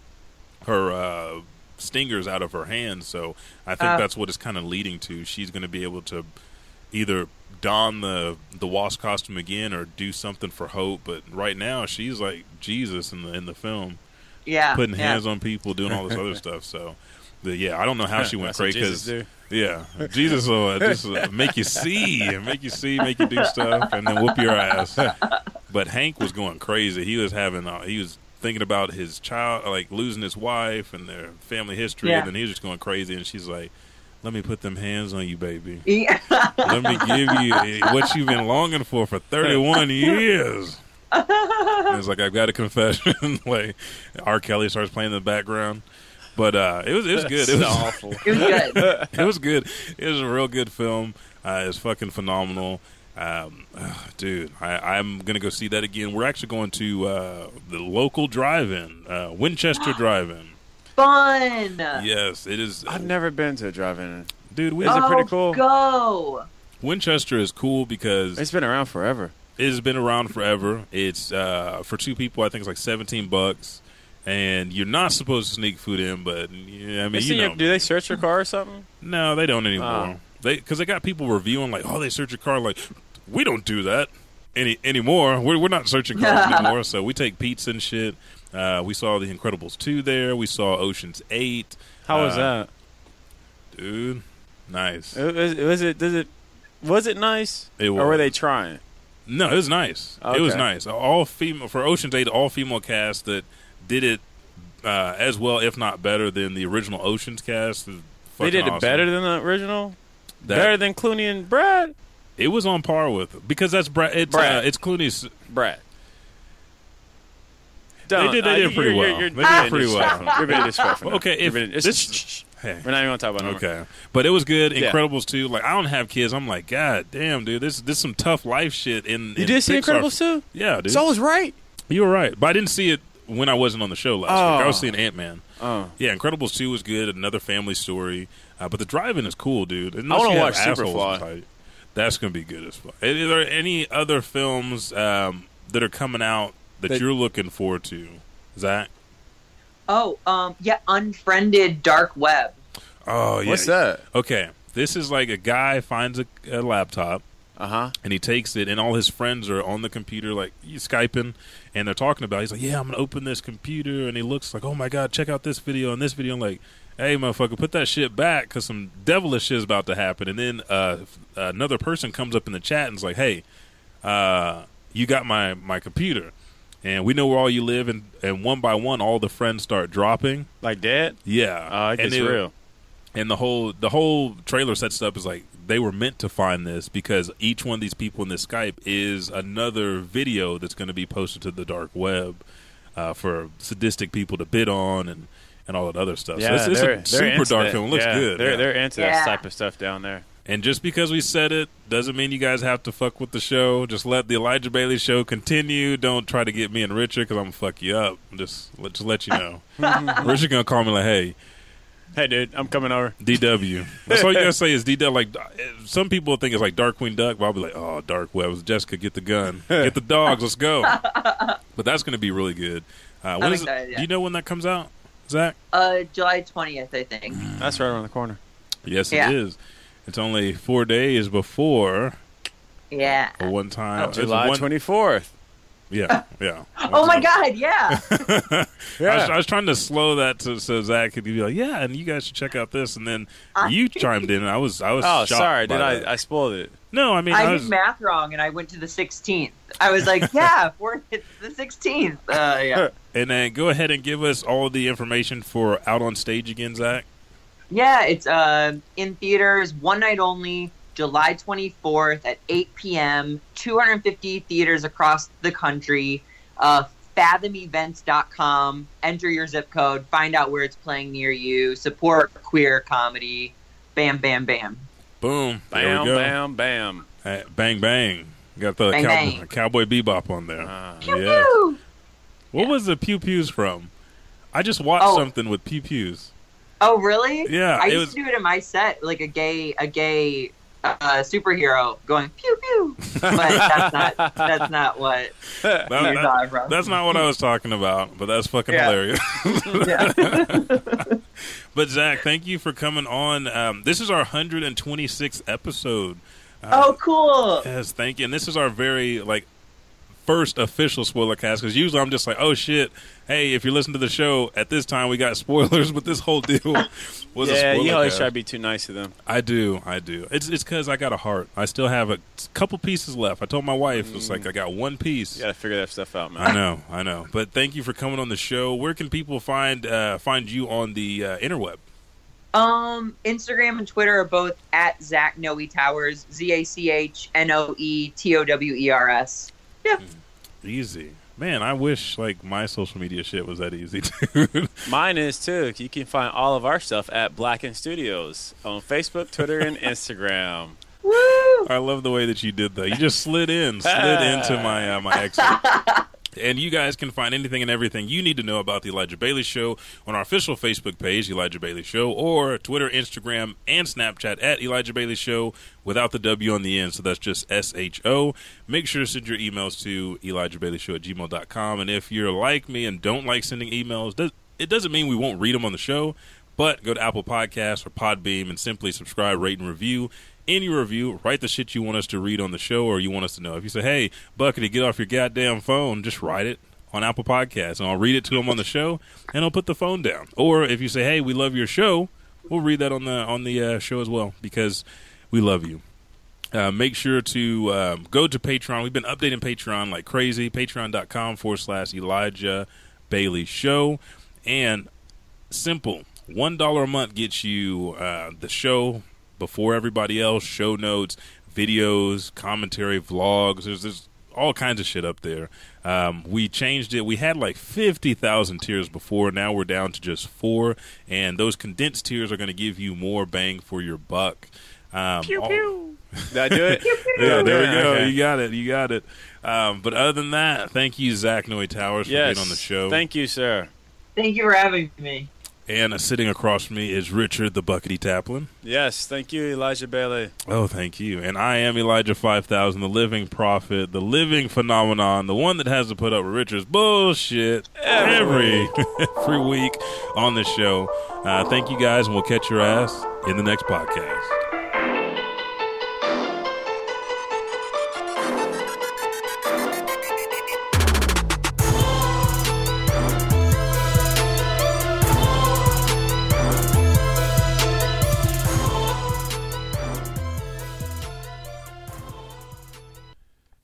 S1: her uh, stingers out of her hands. So I think
S4: Uh.
S1: that's what it's kind of leading to. She's going to be able to either don the the wasp costume again or do something for Hope. But right now, she's like Jesus in the in the film,
S4: Yeah,
S1: putting
S4: yeah. *laughs*
S1: hands on people, doing all this
S5: *laughs*
S1: other stuff. So. the- yeah, I don't know how she went
S5: That's what
S1: crazy. 'cause-
S5: Jesus do.
S1: yeah, Jesus will uh, just uh, make you see and make you see, make you do stuff, and then whoop your ass. But Hank was going crazy. He was having, uh, he was thinking about his child, like losing his wife and their family history,
S4: Yeah.
S1: and then he was just going crazy. And she's like, "Let me put them hands on you, baby.
S4: Yeah.
S1: Let me give you uh, what you've been longing for for thirty-one years." And it's like I've got a confession. *laughs* like R. Kelly starts playing in the background, but uh, it was it was good. It was *laughs*
S5: *laughs* awful.
S4: it was good.
S1: it was good. It was a real good film. Uh, it was fucking phenomenal. Um, ugh, dude, I, I'm gonna go see that again. We're actually going to uh, the local drive-in, uh,
S5: *gasps*
S1: Winchester Drive-in.
S4: Fun.
S1: Yes, it is.
S5: I've never been to a drive-in.
S1: dude, we,
S5: Is it
S4: oh,
S5: pretty cool?
S4: Go.
S1: Winchester is cool because
S5: It's been around forever.
S1: it's been around forever. It's uh, for two people. I think it's like 17 bucks, and you're not supposed to sneak food in, but yeah, I mean,
S5: They see
S1: you know,
S5: your- do they search your car or something?
S1: No, they don't anymore.
S5: Oh.
S1: They because they got people reviewing like, oh, they search your car. Like, we don't do that any anymore. We're we're not searching cars anymore. So we take pizza and shit. Uh, we saw The Incredibles two there. We saw Ocean's Eight.
S5: How was
S1: Uh,
S5: that?
S1: dude? Nice.
S5: It- Was, was it? Does it? Was it nice?
S1: It
S5: Or were
S1: was.
S5: they trying?
S1: No, it was nice. It was
S5: Okay.
S1: nice. All female for Ocean's Eight, all female cast that did it uh, as well, if not better, than the original Ocean's cast.
S5: They did it better than the original.
S1: That-
S5: better than Clooney and Brad.
S1: It was on par with because that's Brad. It's, uh,
S5: Brad. Uh-huh.
S1: it's Clooney's
S5: Brad.
S1: They did- they did pretty well. They did pretty well.
S5: You're being disrespectful.
S1: Okay, if-
S5: You're being- it's-
S1: this-
S5: shh, shh, shh.
S1: Hey.
S5: we're not even going to talk about it. no more.
S1: Okay, but it was good.
S5: Yeah.
S1: Incredibles too. Like I don't have kids. I'm like, God damn, dude, this this some tough life shit. In
S5: You
S1: in
S5: did see
S1: Pixar.
S5: Incredibles too?
S1: Yeah, dude.
S5: So I was right.
S1: you were right, but I didn't see it when I wasn't on the show last
S5: Oh.
S1: week. I was seeing Ant Man.
S5: Oh.
S1: Yeah, Incredibles two was good. Another family story, uh, but the driving is cool, dude. Unless
S5: I wanna
S1: you have
S5: watch
S1: assholes
S5: Superfly.
S1: inside, That's gonna be good as fuck. Are there any other films um, that are coming out that,
S3: That-
S1: you're looking forward to, Zach?
S4: Oh, um, yeah, unfriended dark web.
S1: Oh yeah.
S5: What's that?
S1: Okay, this is like a guy finds a, a laptop.
S5: Uh huh.
S1: and he takes it and all his friends are on the computer like skyping and they're talking about it. he's like yeah i'm gonna open this computer and he looks like oh my god check out this video and this video i'm like hey motherfucker put that shit back because some devilish shit is about to happen and then uh, f- another person comes up in the chat and is like hey uh, you got my my computer and we know where all you live, and, and one by one, all the friends start dropping.
S5: Like that?
S1: Yeah,
S5: Uh, it
S1: and
S5: gets
S1: they-
S5: real.
S1: And the whole the whole trailer sets it up is like they were meant to find this because each one of these people in this Skype is another video that's going to be posted to the dark web uh, for sadistic people to bid on and and all that other stuff.
S5: Yeah,
S1: so it's,
S5: they're,
S1: it's a
S5: they're
S1: super
S5: into
S1: dark
S5: that.
S1: film. It looks
S5: Yeah,
S1: good.
S5: They're,
S1: yeah.
S5: they're into
S4: Yeah.
S5: that type of stuff down there.
S1: And just because we said it doesn't mean you guys have to fuck with the show. Just let the Elijah Bailey show continue. Don't try to get me and Richard because I'm gonna fuck you up. Just let just let you know. Richard gonna call me like, hey,
S5: Hey, dude, I'm coming over.
S1: DW. That's all you gotta say is DW. Like uh, some people think it's like Dark Queen Duck, but I'll be like, oh, Dark Webs. Jessica, get the gun, get the dogs,
S4: *laughs*
S1: let's go. But that's gonna be really good. Uh, when
S4: I'm
S1: is it-
S4: excited, yeah.
S1: Do you know when that comes out, Zach?
S4: Uh, July 20th, I think.
S5: That's right around the corner.
S1: Yes,
S4: Yeah.
S1: it is. It's only four days before
S4: Yeah.
S1: a one time.
S5: July
S1: Oh, one,
S5: 24th.
S4: *laughs*
S1: Yeah, yeah.
S4: Oh my God! Yeah.
S1: I, was, I was trying to slow that to, so Zach could be like, "Yeah, and you guys should check out this." And then
S4: Uh,
S1: you chimed in, and I was, I was.
S5: Oh,
S1: shocked
S5: sorry,
S1: by
S5: did
S1: that.
S5: I? I spoiled it.
S1: no, I mean, I,
S4: I
S1: was,
S4: did math wrong, and I went to the 16th. I was like, *laughs* yeah, fourth, it's the 16th. Uh, yeah.
S1: and then go ahead and give us all the information for out on stage again, Zach.
S4: Yeah, it's uh, in theaters, one night only, July 24th at 8 p.m., 250 theaters across the country. Uh, fathomevents.com. Enter your zip code, find out where it's playing near you, support queer comedy. Bam, bam, bam.
S1: Boom, there
S5: Bam,
S1: we go.
S5: bam, bam.
S1: Uh, bang, bang. Got the
S4: Bang,
S1: cowboy,
S4: bang.
S1: cowboy bebop on there.
S5: Ah.
S1: yeah.
S4: Woo!
S1: What was the pew pews from? I just watched
S4: Oh.
S1: something with pew pews.
S4: Oh, really?
S1: Yeah,
S4: I
S1: it
S4: used
S1: was-
S4: to do it in my set, like a gay, a gay uh, superhero going pew
S1: *laughs*
S4: pew. But that's not that's not what
S1: That-
S4: you're
S1: that-
S4: talking about.
S1: That's not what I was talking about, but that's fucking
S4: Yeah.
S1: hilarious.
S4: Yeah.
S1: But Zach, thank you for coming on. Um, this is our 126th episode.
S4: *laughs* oh, cool.
S1: Yes, thank you. And this is our very like first official spoiler cast because usually I'm just like, oh shit, hey, if you listen to the show at this time, we got *laughs* spoilers. But this whole deal
S5: *laughs*
S1: was
S5: yeah,
S1: a spoiler
S5: you always
S1: cast.
S5: try to be too nice to them.
S1: I do, I do. It's it's because I got a heart. I still have a couple pieces left. I told my wife it's
S5: Mm.
S1: like I got one piece.
S5: You got to figure that stuff out, man.
S1: I know, I know. But thank you for coming on the show. Where can people find uh, find you on the uh, interweb?
S4: Um, Instagram and Twitter are both at Zach Noe Towers. Z a c h n o e t o w e r s.
S1: Easy. Man, I wish like my social media shit was that easy, *laughs* dude.
S5: Mine is too. You can find all of our stuff at Blacken Studios on Facebook,
S1: *laughs*
S5: Twitter, and Instagram.
S4: Woo!
S1: I love the way that you did that. You just slid in, slid into my uh, my exit. And you guys can find anything and everything you need to know about the Elijah Bailey Show on our official Facebook page, The Elijah Bailey Show, or Twitter, Instagram, and Snapchat at Elijah Bailey Show without the W on the end. So that's just S H O. Make sure to send your emails to Elijah Bailey Show at gmail.com. And if you're like me and don't like sending emails, does- it doesn't mean we won't read them on the show. But go to Apple Podcasts or Podbeam and simply subscribe, rate, and review. In your review, write the shit you want us to read on the show or you want us to know. If you say, hey, Buckety, get off your goddamn phone, just write it on Apple Podcasts and I'll read it to him on the show and I'll put the phone down. Or if you say, hey, we love your show, we'll read that on the, on the uh, show as well because we love you. Uh, make sure to um, go to Patreon. We've been updating Patreon like crazy. Patreon.com forward slash Elijah Bailey Show. And simple one dollar a month gets you uh, the show before everybody else show notes videos commentary vlogs there's, there's all kinds of shit up there um, we changed it we had like 50000 tiers before now we're down to just four and those condensed tiers are going to give you more bang for your buck um, all-
S5: Did I do it?
S1: yeah, there we
S5: Yeah,
S1: go.
S5: okay.
S1: You got it. You got it. Um, but other than that, thank you, Zach Noy Towers, for
S5: yes.
S1: being on the show.
S5: Thank you, sir.
S4: Thank you for having me.
S1: and uh, sitting across from me is Richard the Buckety Taplin.
S5: Yes, thank you, Elijah Bailey.
S1: Oh, thank you. And I am Elijah 5000, the living prophet, the living phenomenon, the one that has to put up with Richard's bullshit *laughs* every, every week on the show. Uh, thank you guys, and we'll catch your ass in the next podcast.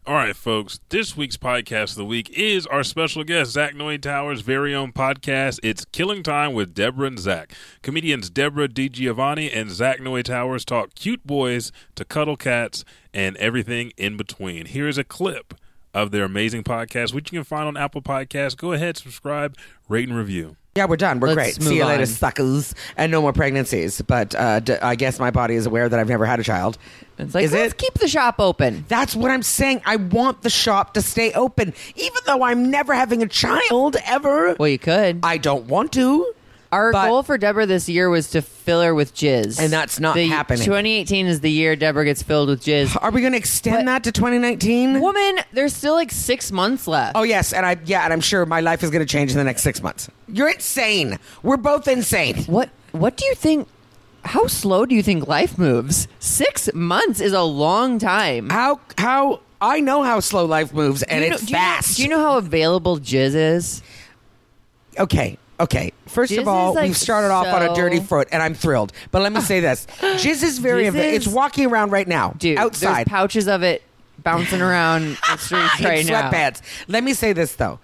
S1: All right, folks. This week's podcast of the week is our special guest, Zach Noy Towers' very own podcast. It's Killing Time with Deborah and Zach. Comedians Deborah DiGiovanni and Zach Noy Towers talk cute boys to cuddle cats and everything in between. Here is a clip of their amazing podcast, which you can find on Apple Podcasts. Go ahead, subscribe, rate, and review.
S7: Yeah, we're done. We're
S8: Let's
S7: great. See you
S8: move on.
S7: later, suckers. And no more pregnancies. But uh, d- I guess my body is aware that I've never had a child.
S8: It's like,
S7: Is
S8: let's
S7: it?
S8: keep the shop open.
S7: That's what I'm saying. I want the shop to stay open, even though I'm never having a child ever.
S8: Well, you could.
S7: I don't want to.
S8: Our
S7: But-
S8: goal for Deborah this year was to fill her with jizz.
S7: And that's not
S8: The-
S7: happening.
S8: 2018 is the year Deborah gets filled with jizz.
S7: Are we going to extend that to 2019?
S8: Woman, there's still like six months left.
S7: Oh yes, and I yeah, and I'm sure my life is going to change in the next six months. You're insane. We're both insane.
S8: What What do you think? How slow do you think life moves? Six months is a long time.
S7: How how I know how slow life moves, and
S8: You know-
S7: it's
S8: do you know-
S7: fast.
S8: do you know how available jizz is?
S7: okay, okay. First
S8: Jizz
S7: of all,
S8: is, like,
S7: we've started off on a
S8: so-
S7: dirty foot, and I'm thrilled. But let me
S8: *gasps*
S7: say this: jizz is very.
S8: Jizz
S7: ava- it's
S8: is-
S7: walking around right now,
S8: Dude,
S7: outside
S8: there's pouches of it bouncing
S7: *laughs*
S8: around the streets
S7: in
S8: right now.
S7: sweatpants. Let me say this though: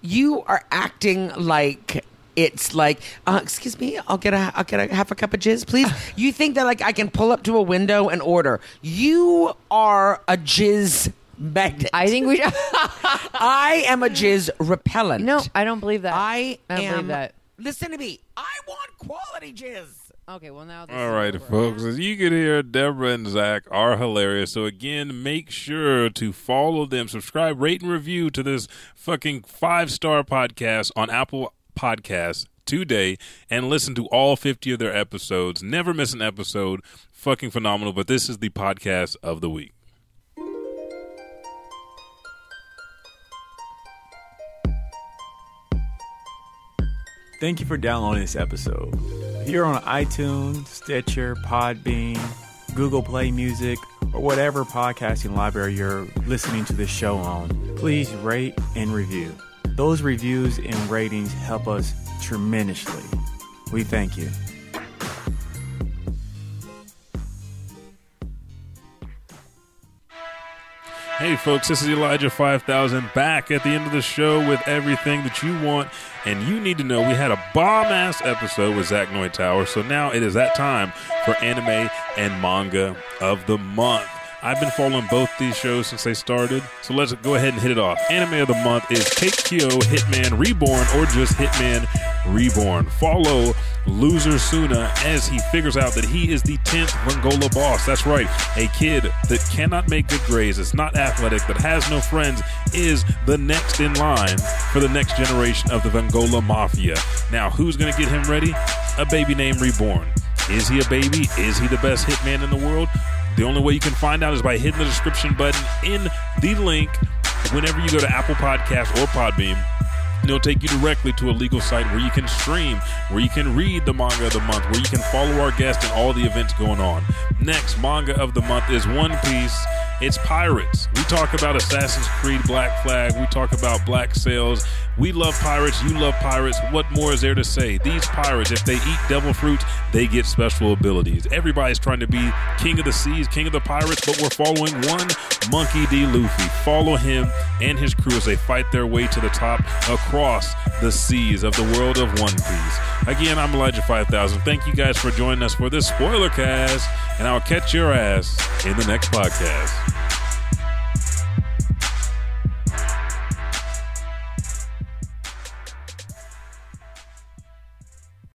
S7: you are acting like. It's like, uh, excuse me, I'll get a, I'll get a half a cup of
S8: *laughs*
S7: jizz, please. You think that like I can pull up to a window and order? You are a jizz magnet.
S8: I think we.
S7: *laughs* I am a jizz repellent.
S8: no, I don't believe that.
S7: I,
S8: I don't
S7: am.
S8: believe that.
S7: Listen to me. I want quality jizz.
S8: Okay, well now. This
S1: All
S8: is
S1: right,
S8: over.
S1: folks. As you can hear, Deborah and Zach are hilarious. So again, make sure to follow them, subscribe, rate, and review to this fucking five star podcast on Apple Podcasts today, and listen to all fifty of their episodes. Never miss an episode. Fucking phenomenal. But this is the podcast of the week.
S9: Thank you for downloading this episode. If you're on iTunes, Stitcher, Podbean, Google Play Music, or whatever podcasting library you're listening to this show on, please rate and review. Those reviews and ratings help us tremendously. We thank you.
S1: Hey, folks, this is Elijah 5000 back at the end of the show with everything that you want and you need to know. We had a bomb ass episode with Zach Noy Tower, so now it is that time for anime and manga of the month. I've been following both these shows since they started, so let's go ahead and hit it off. Anime of the month is Take Kyo Hitman Reborn or just Hitman Reborn. Follow Loser Suna as he figures out that he is the 10th Rangola boss. That's right, a kid that cannot make good grades, is not athletic, that has no friends, is the next in line for the next generation of the Vangola Mafia. Now, who's going to get him ready? A baby named Reborn. Is he a baby? Is he the best hitman in the world? The only way you can find out is by hitting the description button in the link whenever you go to Apple Podcasts or Podbeam. It'll take you directly to a legal site where you can stream, where you can read the manga of the month, where you can follow our guest and all the events going on. Next, manga of the month is One Piece. It's pirates. We talk about Assassin's Creed Black Flag. We talk about Black Sails. We love pirates. You love pirates. What more is there to say? These pirates, if they eat devil fruits, they get special abilities. Everybody's trying to be king of the seas, king of the pirates, but we're following one Monkey D. Luffy. Follow him and his crew as they fight their way to the top across the seas of the world of One Piece. Again, I'm Elijah 5000. Thank you guys for joining us for this spoiler cast, and I'll catch your ass in the next podcast.